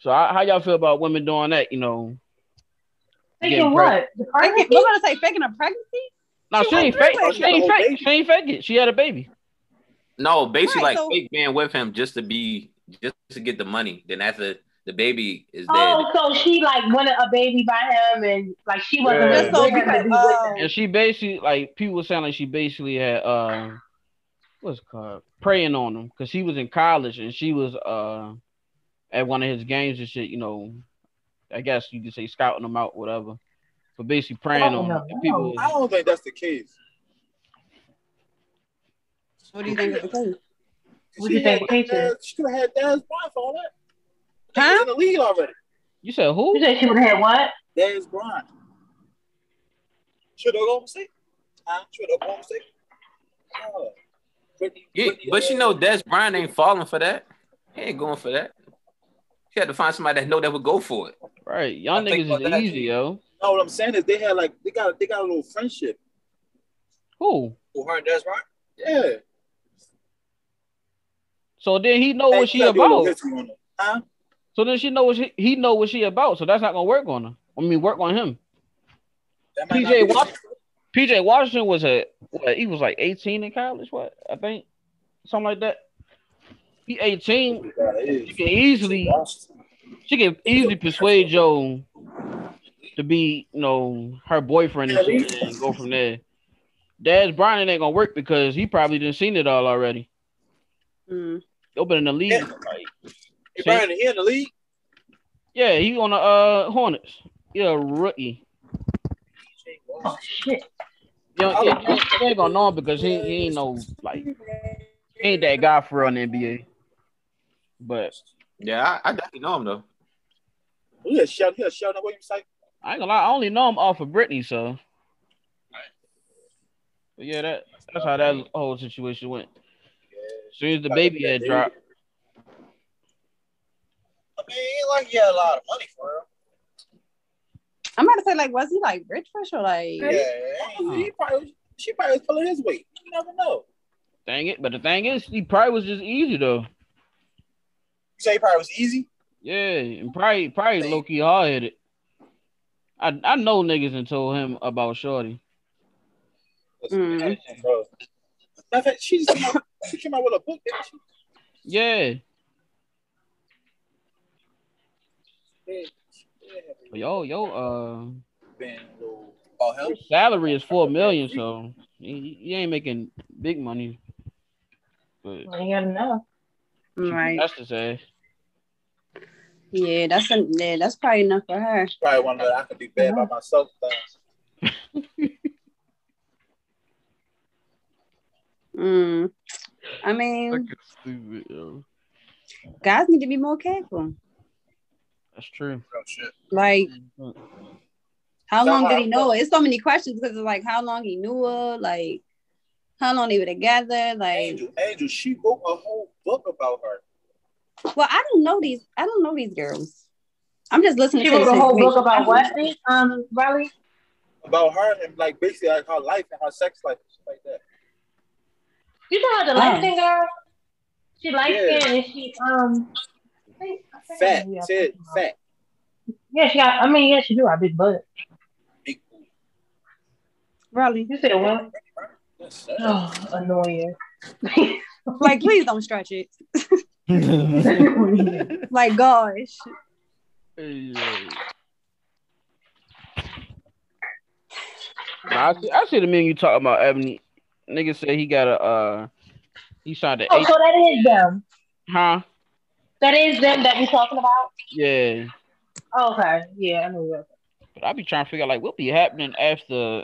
So I, how y'all feel about women doing that? You know,
Faking
getting
what?
pregnant?
Pregnant- We're gonna say faking a pregnancy.
No, she,
She
ain't
was
fake.
pregnant.
She ain't fake. She ain't fake it. She had a baby.
No, basically
Right,
like
so-
fake being with him just to be just to get the money. Then after the baby is dead,
Oh, so she like wanted a baby by him, and like she wasn't
Yeah.
really
Just so
with him to be with him.
And she basically like people were saying like she basically had um what's it called preying on him because she was in college and she was uh at one of his games and shit. You know, I guess you could say scouting him out, whatever. But basically preying on him. And people,
I don't think that's the case.
What do you think of the case?
What do you think? She could have had Daz Bryant for all that. Huh? in the league already.
You said who?
You said she would have had what?
Dez Bryant. Should Oklahoma State? Huh? Should Oklahoma State? Oh. Brittany-
Yeah, but you know, Des Bryant ain't falling for that. He ain't going for that. He had to find somebody that know that would go for it.
Right, y'all
niggas is easy,
yo.
No, what I'm saying is they had like they got they got a little friendship.
Who?
Who her and Des Bryant?
Yeah.
So then he know what she
gotta do a little
about.
history on it. Huh?
So then she know what she, he know what she about. So that's not gonna work on her. I mean, work on him. PJ Washington, PJ Washington was a what, he was like eighteen in college. What I think something like that. He eighteen. She can easily she can easily persuade Joe to be you know her boyfriend and shit and go from there. Daz Bryant ain't gonna work because he probably didn't seen it all already.
Mm.
Open in the league. like,
Hey, Brian, he in the league?
Yeah, he on the uh Hornets. Yeah, rookie.
Oh shit.
You know, yeah, you ain't- you ain't gonna know him because he, he ain't no like he ain't that guy for real in the NBA. But
yeah, I, I definitely know him though.
He a shout, he a shout. What you say?
I ain't gonna lie, I only know him off of Britney, so. But yeah, that that's how that whole situation went. As soon as the baby had dropped,
I mean, he ain't like he had a lot of money for him.
I'm about to say, like, was he like rich rich or like?
Yeah, he probably she probably was pulling his weight. You never know.
dang it! But the thing is, he probably was just easy though. You
say he probably was easy?
Yeah, and probably probably low key hard headed. I I know niggas and told him about Shorty.
Bro. Matter of fact, she just came out, she came out with a book. Didn't she?
Yeah.
Yeah,
But yo, yo, uh,
been a little all hell.
Your salary is four million, so you, you ain't making big money. But
Ain't got enough.
Right.
that's to say,
Yeah, that's a, yeah, that's probably enough for her.
Probably one that I could be bad by myself. Though.
Mm. I mean, guys need to be more careful.
that's true.
Like, how
So
long did
how-
he know her? It's so many questions because it's like how long he knew her, like how long they were together, like.
Angel, she wrote a whole book about her.
Well, I don't know these. I don't know these girls. I'm just listening.
She
to
wrote
this
a whole
information.
book about
I
what?
don't know.
Um, Riley.
About her and like basically like her life and her sex life and shit like that.
You talking about the
Oh.
light skin girl? She light
Yeah.
skinned and she um. I think- I think-
Fat,
yeah.
said fat.
Yeah, she got. I mean, yeah, she do have big butt.
Really?
You said what? Oh, annoying.
Oh,
like, please don't stretch it. like, gosh.
Nah, I see, I see the man you talking about, Ebony. Nigga said he got a uh, he signed an
Oh,
eight,
so that is them.
huh?
That is them that we talking about.
Yeah,
Oh, okay. Yeah, I know. that.
but I be trying to figure out like what be happening after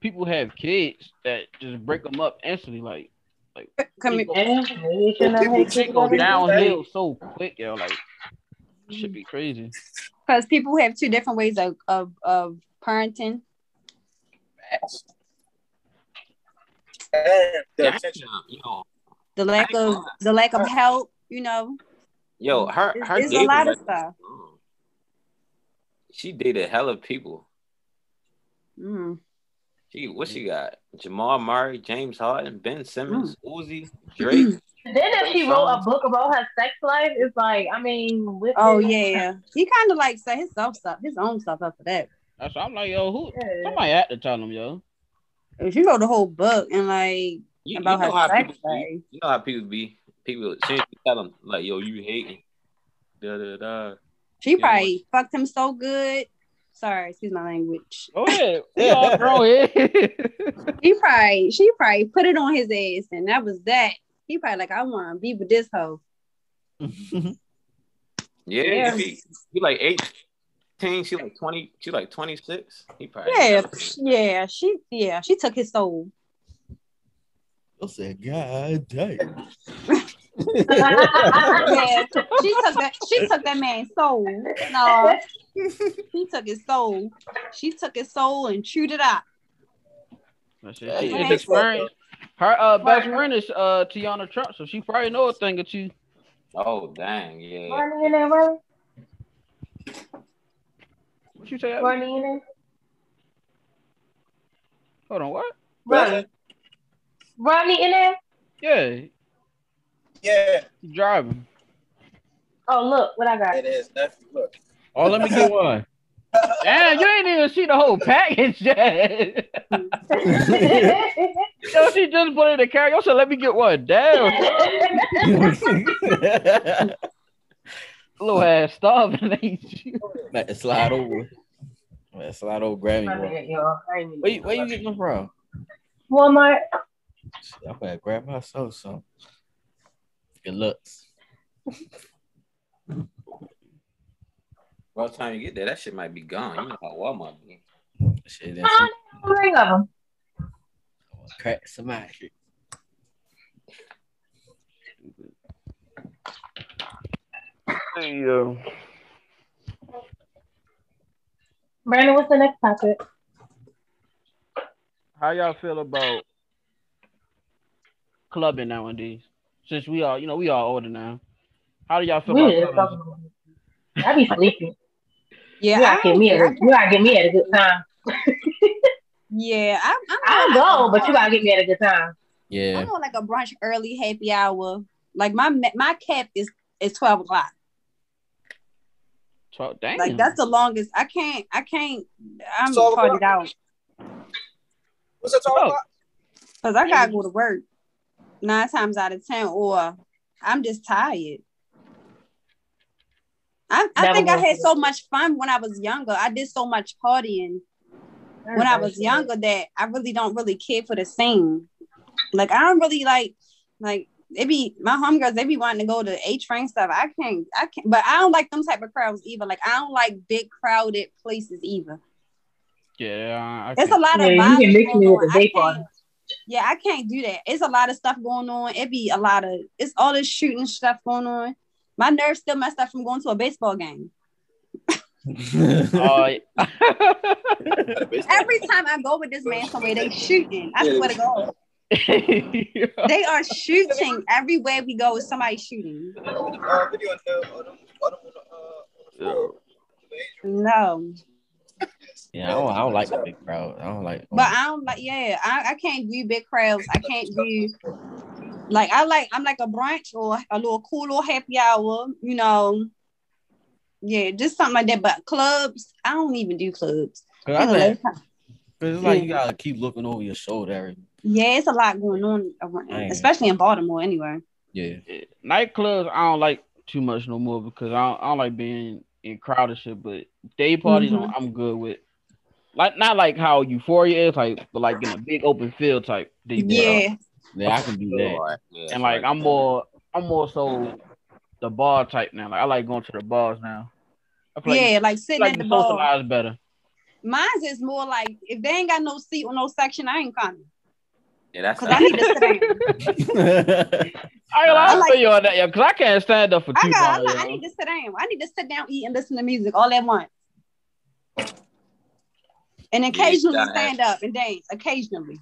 people have kids that just break them up instantly, like like
Come
here.
shit go downhill so quick, yo. Like should be crazy.
Because people have two different ways of of, of parenting.
And
Damn, yo,
The lack of the lack of help. You know,
yo, her
it's,
her
it's a
dating
lot of
record,
stuff.
she dated hella people.
Mm.
She what she got? Jamal Murray, James Harden, Ben Simmons,
Mm.
Uzi, Drake.
Then if she wrote a book about her sex life, it's like, I mean, with
Oh
this-
yeah, he kind of like set himself up, his own stuff up for that.
That's why I'm like, yo, who somebody had to tell him, yo.
If she wrote a whole book and like
You, you
about
know
her
how
sex
people
life.
be. You know how people be. People as soon as you tell them like, yo, you hating. Da da da.
She probably fucked him so good. Sorry, excuse my language.
Oh yeah, we all grown here.
he probably, she probably put it on his ass, and that was that. He probably like, I want to be with this hoe.
Yeah,
Yeah.
He, he like eighteen. She like twenty. She like twenty six. He probably
Yeah, psh, yeah, she, yeah, she took his soul.
I said, God damn.
yeah, she took that. She took that man's soul. No, she took his soul. She took his soul and chewed it up.
That's it.
Yeah,
She-
you
it's
ain't
experience. Her uh, best friend is uh, Tiana Trump, so she probably know a thing or two.
Oh dang, yeah.
Morning in there, bro.
What you say? Abby?
Morning in there.
Hold on, what?
Ronnie. Ronnie in there.
Yeah.
Yeah.
Driving.
Oh, look what I got.
It is nephew. Look.
Oh, let me get one.
Damn, you ain't even see the whole package yet. Yo, she just put it in the carry. Yo, so let me get one. Damn, little ass starving. ain't you?
Let it slide over. Let it slide over. Grab me one. Wait, where you getting them from?
Walmart.
Shit, I better grab myself some. Good looks.
By the time you get there, that shit might be gone. You know how Walmart be.
Shit,
that's
Ring of them.
Crack somebody. shit.
Yeah.
Brandon, what's the next topic?
How y'all feel about clubbing nowadays? Since we are, you know, we are older now. How do y'all feel
We
about
need to
clubbing?
talk about it. I be sleeping.
Yeah,
you gotta get me at a, you gotta get me at a good time.
Yeah, I'm.
I'll go, but you gotta get me at a good time.
Yeah.
I'm on like a brunch early happy hour. Like my my cap is is twelve o'clock.
Talk, damn.
Like that's the longest. I can't. I can't. I'm
12 o'clock?
parted out
What's that talking about?
because I gotta go to work nine times out of ten, or I'm just tired. I, I
Never
think I
will.
had so much fun when I was younger. I did so much partying when I was younger that I really don't really care for the scene. Like I don't really like like they be my homegirls, they be wanting to go to A train stuff. I can't I can't but I don't like them type of crowds either. Like I don't like big crowded places either.
yeah, I
It's a
can't-
lot of
Yeah, you can
vibes
mix me
going
with
on.
the
I
day party.
can't- yeah, I can't do that. It's a lot of stuff going on. It be a lot of it's all this shooting stuff going on. My nerves still messed up from going to a baseball game.
Oh, yeah.
Every time I go with this man somewhere, they shooting. I swear to God. They are shooting everywhere we go. Is somebody shooting?
Uh, video on the, on the, on the,
No,
Yeah, I don't, I don't like the big crowd. I don't like.
but I don't like. Yeah, I, I can't do big crowds. I can't do like I like. I'm like a brunch or a little cool little happy hour. You know. Yeah, just something like that. But clubs, I don't even do clubs.
Cause I
That's the last
think-
time.
'cause it's like you gotta keep looking over your shoulder. every-
Yeah, it's a lot going on, around,
Man.
especially in Baltimore. Anyway.
Yeah.
nightclubs I don't like too much no more because I don't, I don't like being in crowded shit. But day parties
Mhm.
I'm, I'm good with. Like not like how Euphoria is like, but like in a big open field type. Day party.
Yeah.
Yeah, I can do
Oh,
that.
and like I'm more I'm more so the bar type now. Like I like going to the bars now. I feel
Yeah, like sitting
like
at
you
the bar.
socialize better.
Mine's is more like if they ain't got no seat or no section, I ain't coming.
Yeah, that's.
Cause I need to sit down.
I ain't
I
gonna
like-
feel you on that, yo, cause I can't stand up for
I
too
got.
long.
I'm not- I need to sit down. I need to sit down, eat, and listen to music all at once. And
you gotta
occasionally
have-
stand up and dance. Occasionally,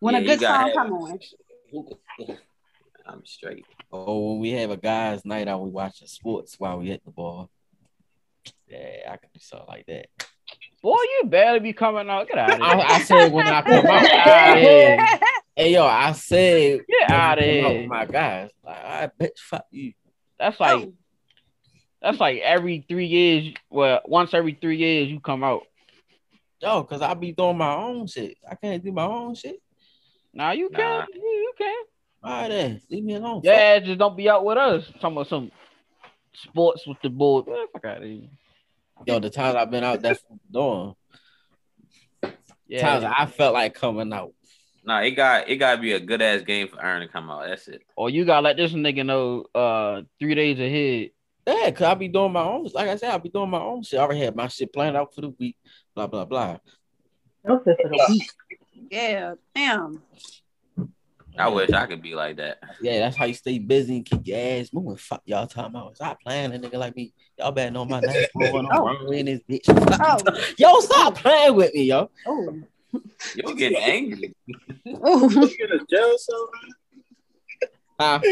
when
Yeah,
a
you
good
gotta
song
have-
come on.
I'm straight.
Oh, when we have a guys' night out, we watching sports while we at the bar. Yeah, I can do something like that.
Boy, you better be coming out. Get out of here.
I, I said when I come out.
Outta here.
Hey yo, I said
Get
when we
outta
come out
here.
with My guys, like I bitch, fuck you.
That's
Oh,
like that's like every three years. Well, once every three years you come out.
Yo, cause I be doing my own shit. I can't do my own shit.
Nah, you
Nah.
can. You, you can.
All right, then. leave me alone.
Yeah, just don't be out with us. Talking about some sports with the boys. Man, fuck out of here.
Yo, the times I've been out, that's what I'm doing. Times I felt like coming out.
No, it got it gotta be a good ass game for Aaron to come out. That's it.
Or you gotta let this nigga know uh three days ahead.
Yeah, cause I be doing my own. Like I said, I be doing my own shit. I already had my shit planned out for the week. Blah blah blah.
Yeah, damn.
I wish I could be like that.
Yeah, that's how you stay busy and keep your ass moving. Fuck y'all talking about. Stop playing a nigga like me. Y'all better know my name. Going on in this bitch. yo, stop playing with me, yo.
Oh.
You'll get angry.
Oh.
in uh, a jail cell, man.
Huh?
Like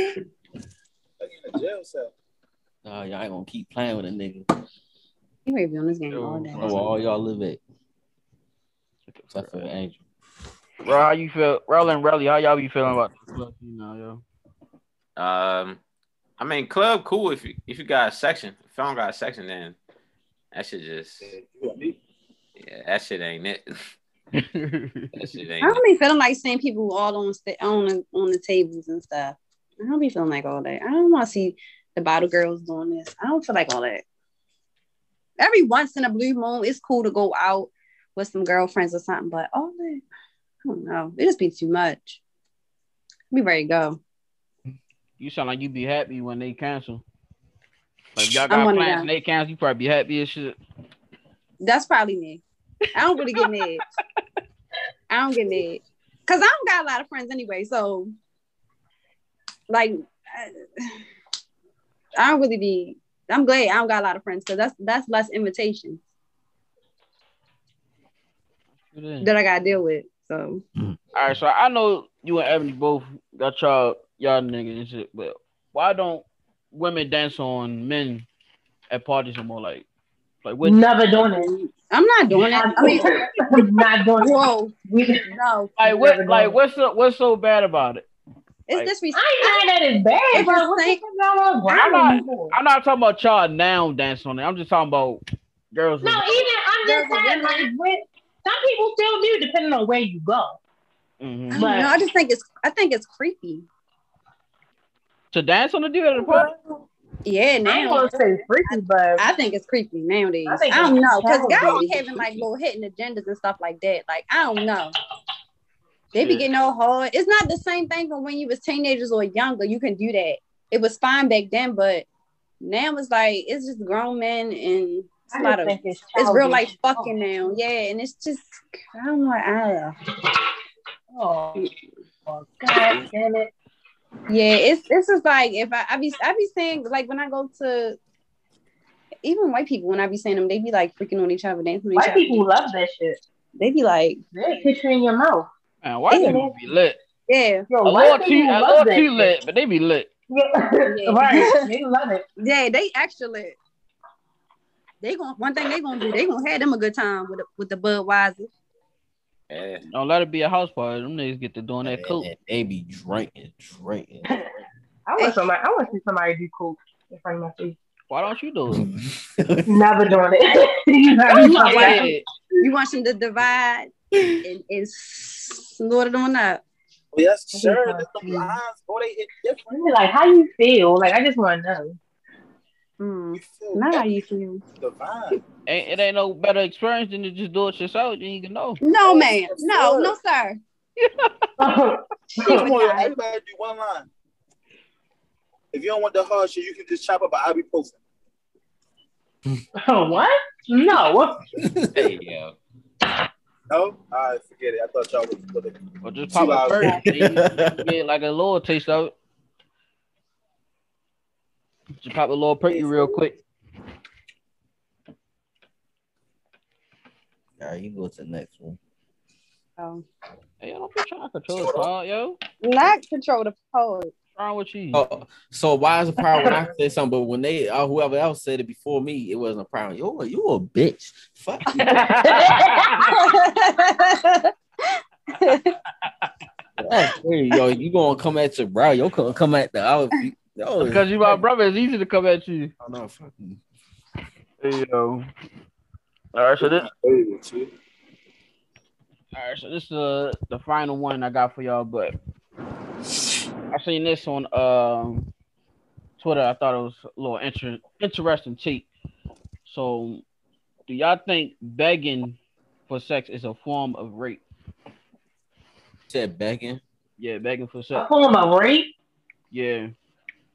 in a jail cell.
Nah, y'all ain't gonna keep playing with a nigga.
You may be on this game all day.
Know where all y'all live at. Except for Angel.
Bro, how you feel? Rowland Rally, how y'all be feeling about this club team now, yo?
Um, I mean, club cool if you if you got a section. If I don't got a section, then that shit just yeah, that shit ain't it. that shit
I
ain't it.
don't be feeling like seeing people all on sta- on the, on the tables and stuff. I don't be feeling like all that. I don't want to see the bottle girls doing this. I don't feel like all that. Every once in a blue moon, it's cool to go out with some girlfriends or something, but all that, I don't know. It just be too much. We ready to go.
You sound like you be happy when they cancel. Like if y'all
I'm
got
one of
plans
them.
and they cancel, you probably be happy as shit.
That's probably me. I don't really get mad. I don't get mad because I don't got a lot of friends anyway. So, like, I, I don't really be. I'm glad I don't got a lot of friends because that's that's less invitations
Hmm.
that I got to deal with. So,
All right, so I know you and Ebony both got y'all y'all niggas and shit, but why don't women dance on men at parties and more like like what?
Never doing it.
I'm not doing it. I mean,
not doing
whoa,
it.
no.
Like what? Like what's so, what's so bad about it?
It's
Like-
disrespectful.
I ain't mad that it's bad,
It's
but
just
what the
saying-
fuck y'all want?
I'm
Why
not, I'm not talking about y'all now dancing on it. I'm just talking about girls.
No, even I'm just saying, like, with, some people still do, depending on where you go.
Mhm.
I don't know. I just think it's I think it's creepy.
to dance on the dude at a party.
Yeah,
I ain't
now
gonna
say freaky, but
I think it's creepy nowadays.
I
I,
think
don't
it's
know because guys
terrible.
be having like little hidden agendas and stuff like that. Like I don't know. They be
Yeah.
getting all hard. It's not the same thing from when you was teenagers or younger. You can do that. It was fine back then, but now it's like it's just grown men and it's
I
a
just
lot of
think
it's,
it's
real
childish. Oh.
life fucking now. Yeah, and it's just I don't know. I
Oh, God damn it.
Yeah, it's it's just like if I, I be I be saying like when I go to even white people when I be saying them they be like freaking on each other dancing. on each
White
other.
people love that shit.
They be like
they put you in your mouth.
Man, white
Yeah.
people be lit.
Yeah,
A
Yo,
little
white
too,
people
a
love
little
that
too
shit.
lit, but they be lit.
Yeah. right. They love it.
Yeah, they extra lit. They going one thing they gonna do they gonna have them a good time with the, with the Budweiser.
Yeah.
Don't let it be a house party. Them niggas get to doing that coke.
They be drinking, drinking.
I want somebody. I want to see somebody do coke in front of my face.
Why don't you do it?
Never doing it. you know,
You
I'm
want,
not
like,
like-
you want them to divide and, and snort it on up.
Yes,
sure.
There's some lines, boy, they hit different.
Really, like, how you feel? Like, I just want to know.
Mm. Not how you feel.
Divine.
Ain't, it ain't no better experience than to just do it yourself. Then you can know.
No, ma'am. No, no, sir.
Come on, everybody do one line. If you don't want the hard shit, you can just chop up an ibuprofen.
what? No.
Hey yo.
No? All right, forget it. I thought y'all was with it.
Or just
Two
pop a
hours.
perk. then you- you Get like a little taste of it. Just pop a little perky real quick.
All right, you go to the next one.
Oh.
Hey, yo, don't be trying to control the pod, yo.
Not control the pod.
wrong with you?
Oh, so why is the problem when I said something, but when they or whoever else said it before me, it wasn't a problem. You a- you a bitch. Fuck. you. That's crazy, yo. You gonna come at your bro? You gonna come at the other people. Yo,
Because you my brother, it's easy to come at you.
Oh, no, fuck you.
Hey, yo. All right, so this.
Hey,
All right, so this is uh, the final one I got for y'all, but I seen this on um Twitter. I thought it was a little inter- interesting cheat. So do y'all think begging for sex is a form of rape?
Said begging.
Yeah, begging for sex.
A form of rape?
Yeah.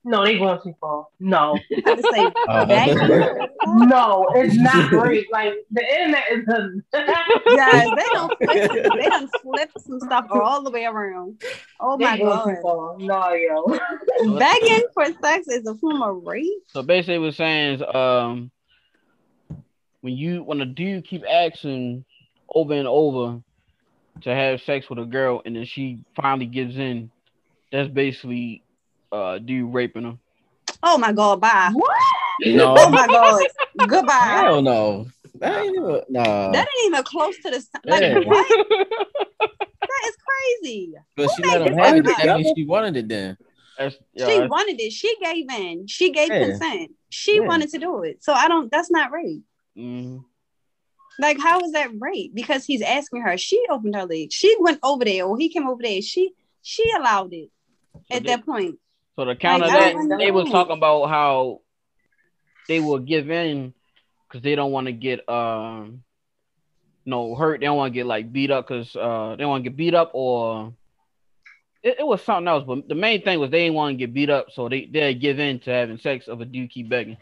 No, they going too far. No.
I just say
Oh.
no, it's not rape. Like the internet is a
Guys, they don't flip, they don't flip some stuff all the way around. Oh
They
my
go too
god.
No, yo.
Begging for sex is a form of rape.
So basically, what it's saying is, um, when you when a dude keep asking over and over to have sex with a girl, and then she finally gives in, that's basically uh dude raping her.
Oh my god, bye.
What?
No.
Oh my god. Goodbye.
Hell no. That ain't even, nah.
That ain't even close to the like
Uh, Yeah.
what? that is crazy.
but
Who
she
made
let him
this
have it.
up?
That means she wanted it then.
She wanted it. She gave in. She gave
Yeah.
consent. She
Yeah.
wanted to do it. So I don't. That's not rape.
mm-hmm.
Like how is that rape? Because he's asking her. She opened her leg. She went over there, or he came over there. She she allowed it. at that point,
So to counter
Like, I
that,
don't
they was
understand.
talking about how they will give in because they don't want to get um no hurt. They don't want to get like beat up because uh they want to get beat up or it, it was something else. But the main thing was they didn't want to get beat up, so they they give in to having sex of a dude keep begging.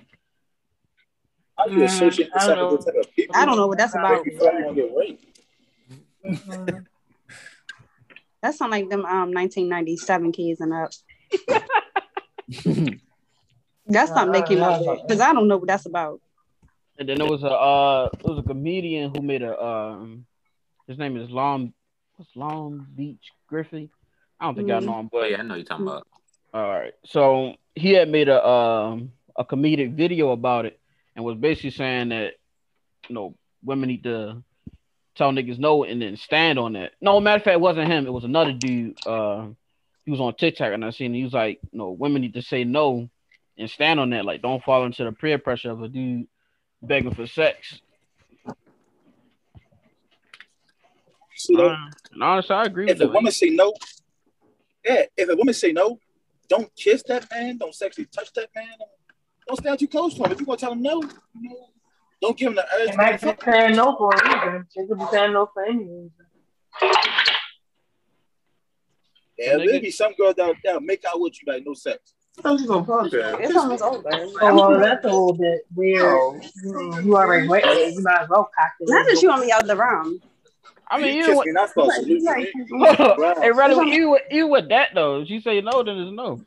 How you associate
I
this
don't
up with this type of people?
I don't know what that's about.
Where you from on your rape?
That sound like them um 1997 kids and up. that's something they came up with because I don't know what that's about.
And then there was a uh there was a comedian who made a um his name is Long what's Long Beach Griffey. I don't think I
Mm.
know him,
Oh,
but
yeah, I know you're talking
Hmm.
about.
All right. So he had made a um a comedic video about it and was basically saying that you know women need to tell niggas no and then stand on that. No matter of fact, it wasn't him. It was another dude. Uh, he was on TikTok and I seen he was like, you know, women need to say no and stand on that. Like, don't fall into the peer pressure of a dude begging for sex.
that?
Uh, and honestly, I agree
If
with
a
that.
woman say no, yeah. If a woman say no, don't kiss that man. Don't sexually touch that man. Don't stand too close to him. If you gonna tell him no, you know, don't give him the urge.
They might be saying no for a reason. They could be saying no for any reason.
Yeah, there be some girls that that make out with you like no sex. How's you gonna fuck her?
It's almost over.
Oh, well, that's a little bit weird. Mm, You already went there. You might as well cock it.
Not that you only out the room.
I mean,
You
even
kiss
with,
me, that's supposed to be-
hey, rather, even, with, even with that though, if you say no, then it's no.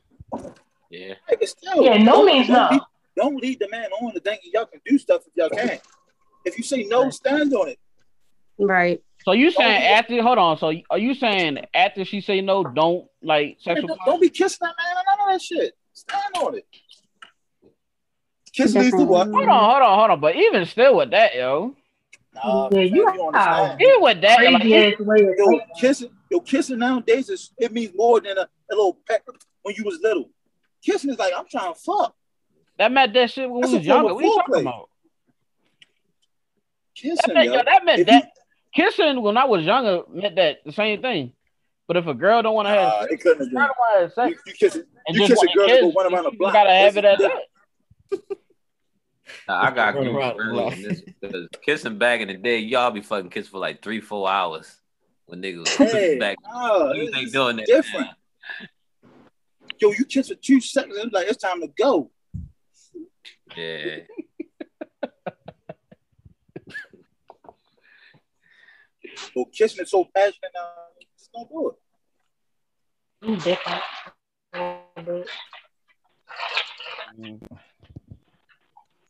Yeah.
Nigga, still,
Yeah, no
don't-
means
don't
no.
lead- Don't lead the man on to thinking y'all can do stuff if y'all can. If you say no, stand on it.
Right.
So you
Oh,
saying after? Hold on. So are you saying after she say no, don't like
Hey,
sexual?
Don't, don't be kissing that man. None of that shit. Stand on it. Kiss
Hold
leads to what?
on, hold on, hold on. But even still with that, yo.
Nah,
Yeah, you
understand.
Even with that, like, even-
yo, kissing, yo, kissing nowadays is it means more than a, a little peck when you was little. Kissing is like I'm trying to fuck.
that meant that shit when
That's
we
a
was
form
younger.
of
What you talking
foreplay.
about?
Kissing,
that meant,
yo.
yo, that meant
If
that kissing when I was younger meant that the same thing. But if a girl don't want to have,
Nah, it couldn't have
girl don't wanna have sex,
you, kiss,
and
you
just
kiss a
wanna
girl that go
kiss,
run around the
you
block.
gotta have it at
That's-
that.
Nah, I got to agree
Run
with
around the
Riley
block.
on this because kissing back in the day, y'all be fucking kissing for like three, four hours when niggas was
Hey,
kissing back.
nah,
You
it's
ain't doing that.
different. Yo, you kiss for two seconds, it's like it's time to go.
Yeah.
Yo, kissing is so passionate now, just don't do it.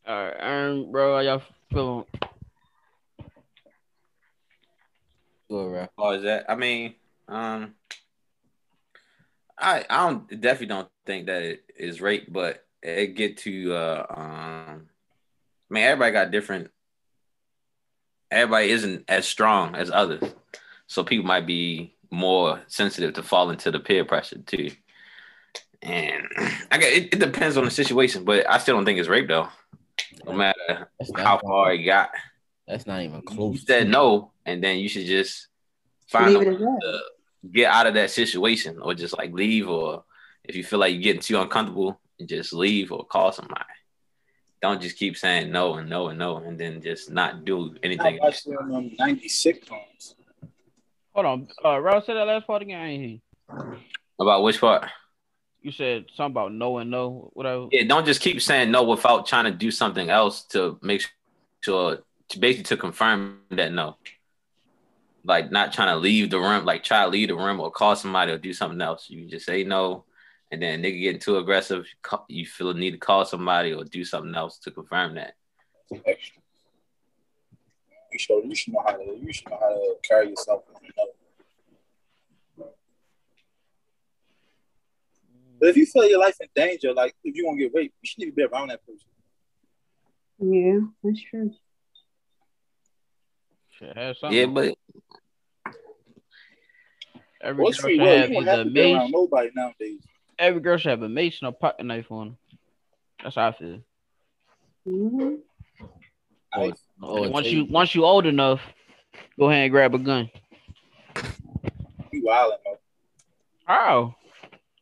All right, Aaron, bro, how y'all feeling?
far as that, I mean, um, I I don't definitely don't think that it is rape, but it get to uh, um, I mean, everybody got different. Everybody isn't as strong as others, so people might be more sensitive to fall into the peer pressure too. And I guess it, it depends on the situation, but I still don't think it's rape though. No matter how far it got,
That's not even
you
close.
said no, and then you should just find
Leave
a
it
way
at that.
to get out of that situation or just like leave or if you feel like you're getting too uncomfortable just leave or call somebody Don't just keep saying no and no and no and then just not do
I
anything.
watched it on um, 96 times.
Hold on. Uh, Ralph said that last part again. I ain't hear you.
About which part?
You said something about no and no, whatever.
Yeah, don't just keep saying no without trying to do something else to make sure to basically to confirm that no. Like not trying to leave the room, like try to leave the room or call somebody or do something else. You just say no, and then nigga getting too aggressive, you ca- you feel the need to call somebody or do something else to confirm that.
You should, you should know how to you should know how to carry yourself. With you know. But if you feel your life in danger, like if you want to get raped, you shouldn't even be around that person.
Yeah, that's true.
Should have something.
Yeah, but
every
Well,
girl
it's free
should
will. You
have
don't have
either
to
a
be
mace.
around nobody nowadays.
Every girl should have a mace and a pocket knife on. 'em. That's how I feel.
Or,
or once you once you old enough, go ahead and grab a gun.
You wildin', man.
How?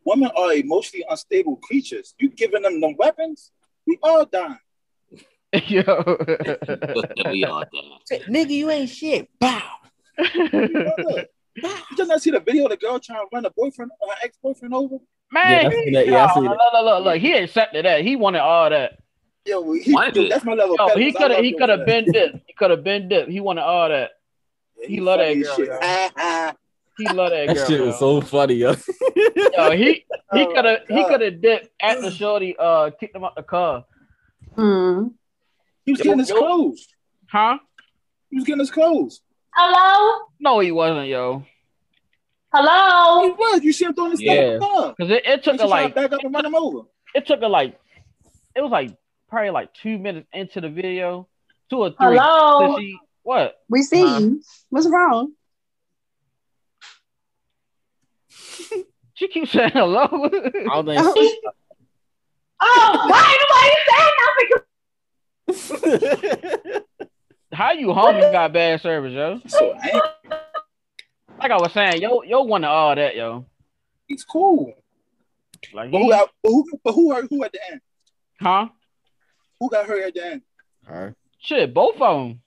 Women are emotionally unstable creatures. You giving them them weapons, we all dying.
Yo.
we all
Nigga, you ain't shit. Bow. you just not see the video of the girl trying to run a boyfriend, her ex boyfriend over?
Man,
I seen that. Yeah, I
yo,
seen that.
look, look, look, look, he accepted that. He wanted all that.
Yo, he, dude, that's my level. of
he
pedals. I
could have
love
he
doing
could have
that.
been dipped. He could have been dipped. He wanted all that. he love that
funny
girl.
as shit.
yo. he love that
That
girl.
shit
yo.
was so funny, yo.
Yo, he he
Oh,
could have he
God.
could have dipped at the shorty. Uh, kicked him out the car.
Hmm.
He was getting his clothes.
Huh?
He was getting his clothes.
Hello?
No, he wasn't, yo.
Hello?
He was. You see him throwing his
Oh. Yeah,
stuff
because it, it took
Ain't
her
you trying
like
to back up and run him over.
it took her like it was like probably like two minutes into the video, two or three.
Hello?
till she- what?
We see you. What's wrong?
She keeps saying hello.
I don't
think
Oh, why
How you home? You got bad service, yo.
So I
like I was saying, yo, yo wanted all that, yo.
He's cool.
Like
But who
he,
got but who but who hurt who at the end?
huh?
Who got hurt at the end?
Shit, both of them.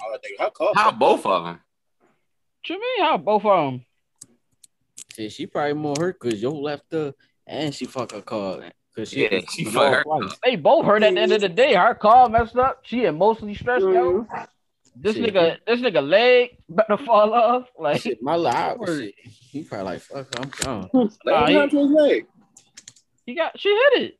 Oh, I think her car.
How both of them?
What you mean? How both of them?
Shit, she probably more hurt because yo left her and she fuck her car. Cause she
Yeah, she fuck her car.
They both hurt at the end of the day. Her car messed up. She emotionally stressed
Mm-hmm.
Mm-hmm.
out. This
Shit.
nigga, this nigga leg better fall off. Like
Shit, my life. Shit. He probably like, fuck, I'm gone.
Nah,
Like, what happened
he,
to his leg?
he got she hit it.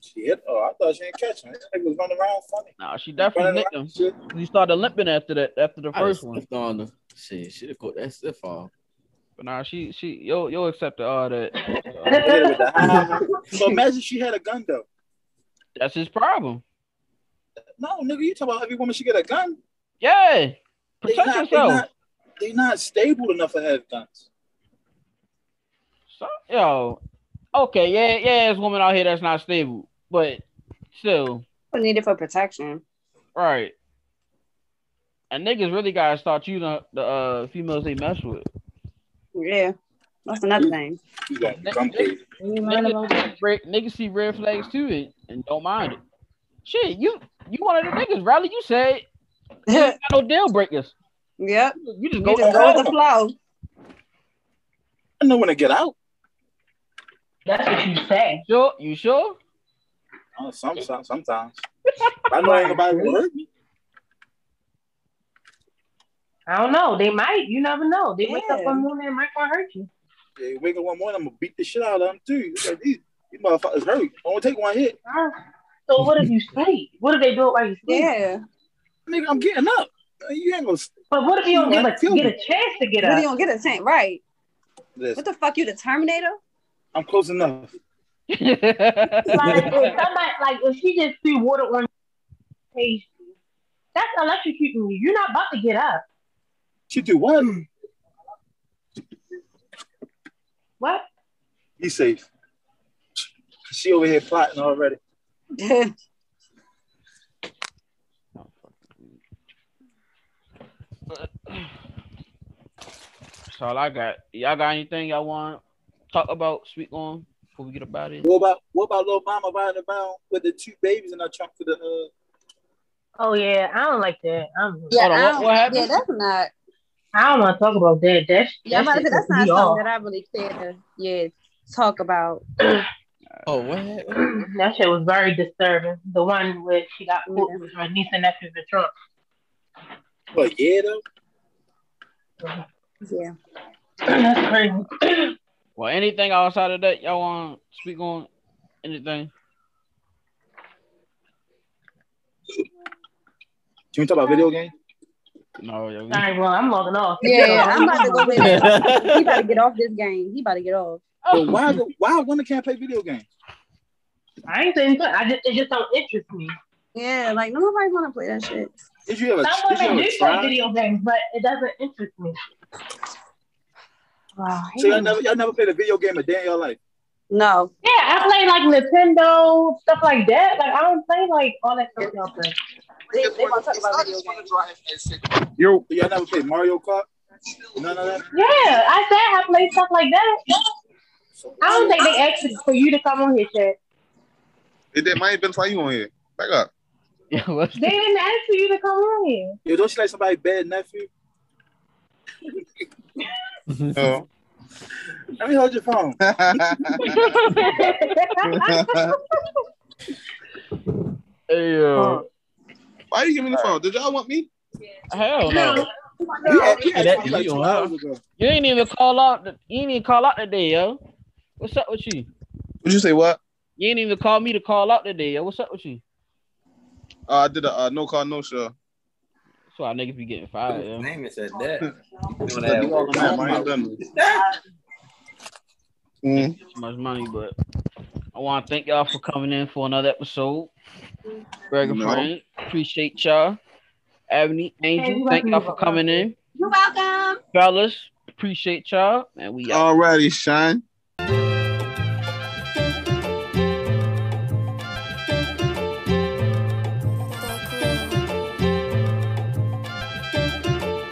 She hit. Oh, I thought she didn't catch him. This nigga was running around funny.
Nah, she definitely nicked him. He started limping after that, after the first one.
On the, shit, should have caught that stiff off.
But nah, she she yo yo accepted all that.
so imagine she had a gun though.
That's his problem.
No, nigga, you talking about every woman should get a gun?
Yeah. Protect
not,
yourself.
They not, they not stable enough to have guns.
So, yo, okay, yeah, yeah, there's women out here that's not stable, but still,
We need it for protection.
right. And niggas really gotta start you the, the uh, females they mess with.
Yeah, Mm-hmm. that's another thing.
You got gun crazy.
Niggas, break- niggas see red flags too and, and don't mind it. Shit, you you one of the niggas, Riley. You said you ain't got no deal breakers.
Yep.
You just
go,
go-
with the flow.
I know when to get out.
That's what you say.
Sure, you sure?
Oh, some, some, sometimes. I know ain't nobody gonna hurt me.
I don't know. They might. You never know. They wake up
Yeah.
one morning and might want to hurt you.
They wake up one morning, I'm gonna beat the shit out of them too. It's Like, these, these motherfuckers hurt. I only take one hit.
Huh? So what if you sleep? What if they do it while you sleep?
Yeah. Nigga, I'm getting up. Uh, You ain't gonna.
But what if you don't
You
give
might
a,
kill
get
me.
a chance to get
What
up?
do you don't get a tank? Right.
Listen,
What the fuck? You the Terminator?
I'm close enough.
like if somebody, like if she just threw water on your face, that's electrocuting you. You're not about to get up.
She do what?
What?
Be safe. She over here plotting already.
That's all I got. Y'all got anything y'all want to talk about? Speak on. before we get about it?
What about what about little mama riding around with the two babies in her trunk for the uh
Oh yeah, I don't like that. I'm,
Yeah, I don't- yeah, that's not.
I don't want to talk about that. That's
Yeah, I'm about to say, that's not
me
something
off.
that I really care to yeah talk about.
Oh, what?
that shit was very disturbing. The one where she got put with her niece and nephew in the trunk.
But yeah though.
Yeah.
That's crazy.
Well, anything outside of that, y'all want to speak on anything?
Can we talk about video games?
No, yeah.
All right, well, I'm logging off.
Yeah, yeah, I'm about to go. With he about to get off this game. He about to get off.
But why the, why women can't play video games?
I ain't saying nothing. I just it just don't interest me.
Yeah, like nobody want to play that shit.
Did you ever?
Some
did you
women
ever
do play
try?
video games, but it doesn't interest me. Wow.
So y'all never y'all never played a video game a day in your life.
No.
Yeah, I play like Nintendo stuff like that. Like I don't play like all that stuff y'all play.
They, they want to talk about video games.
You y'all never played Mario Kart? None of that.
Yeah, I said I play stuff like that. I don't think they asked for you to come on here, Chad.
It did. Mine been why you on here. Back up.
Yeah,
They didn't ask for you to come on here.
Yo, don't you like somebody bad nephew?
No.
Let me hold your phone.
Hey, yo.
Why you give me the phone? Did y'all want me?
Hell no.
You asked- you
Hey,
asked
that-
me like
you
two
on her?
hours ago.
You ain't even call out. the- You ain't even call out today, yo. What's up with you?
Would you say what?
You ain't even call me to call out today, yo. What's up with you?
Uh, I did a uh, no call, no show.
That's why niggas be getting fired, yo.
Name is at that.
Oh Mm.
Too much money, but I want to thank y'all for coming in for another episode. Burger
No.
friend, appreciate y'all. Ebony,
Hey,
Angel, thank
you welcome,
y'all
you
for coming in.
You're welcome.
Fellas, appreciate y'all. And we out.
Alrighty, Shine.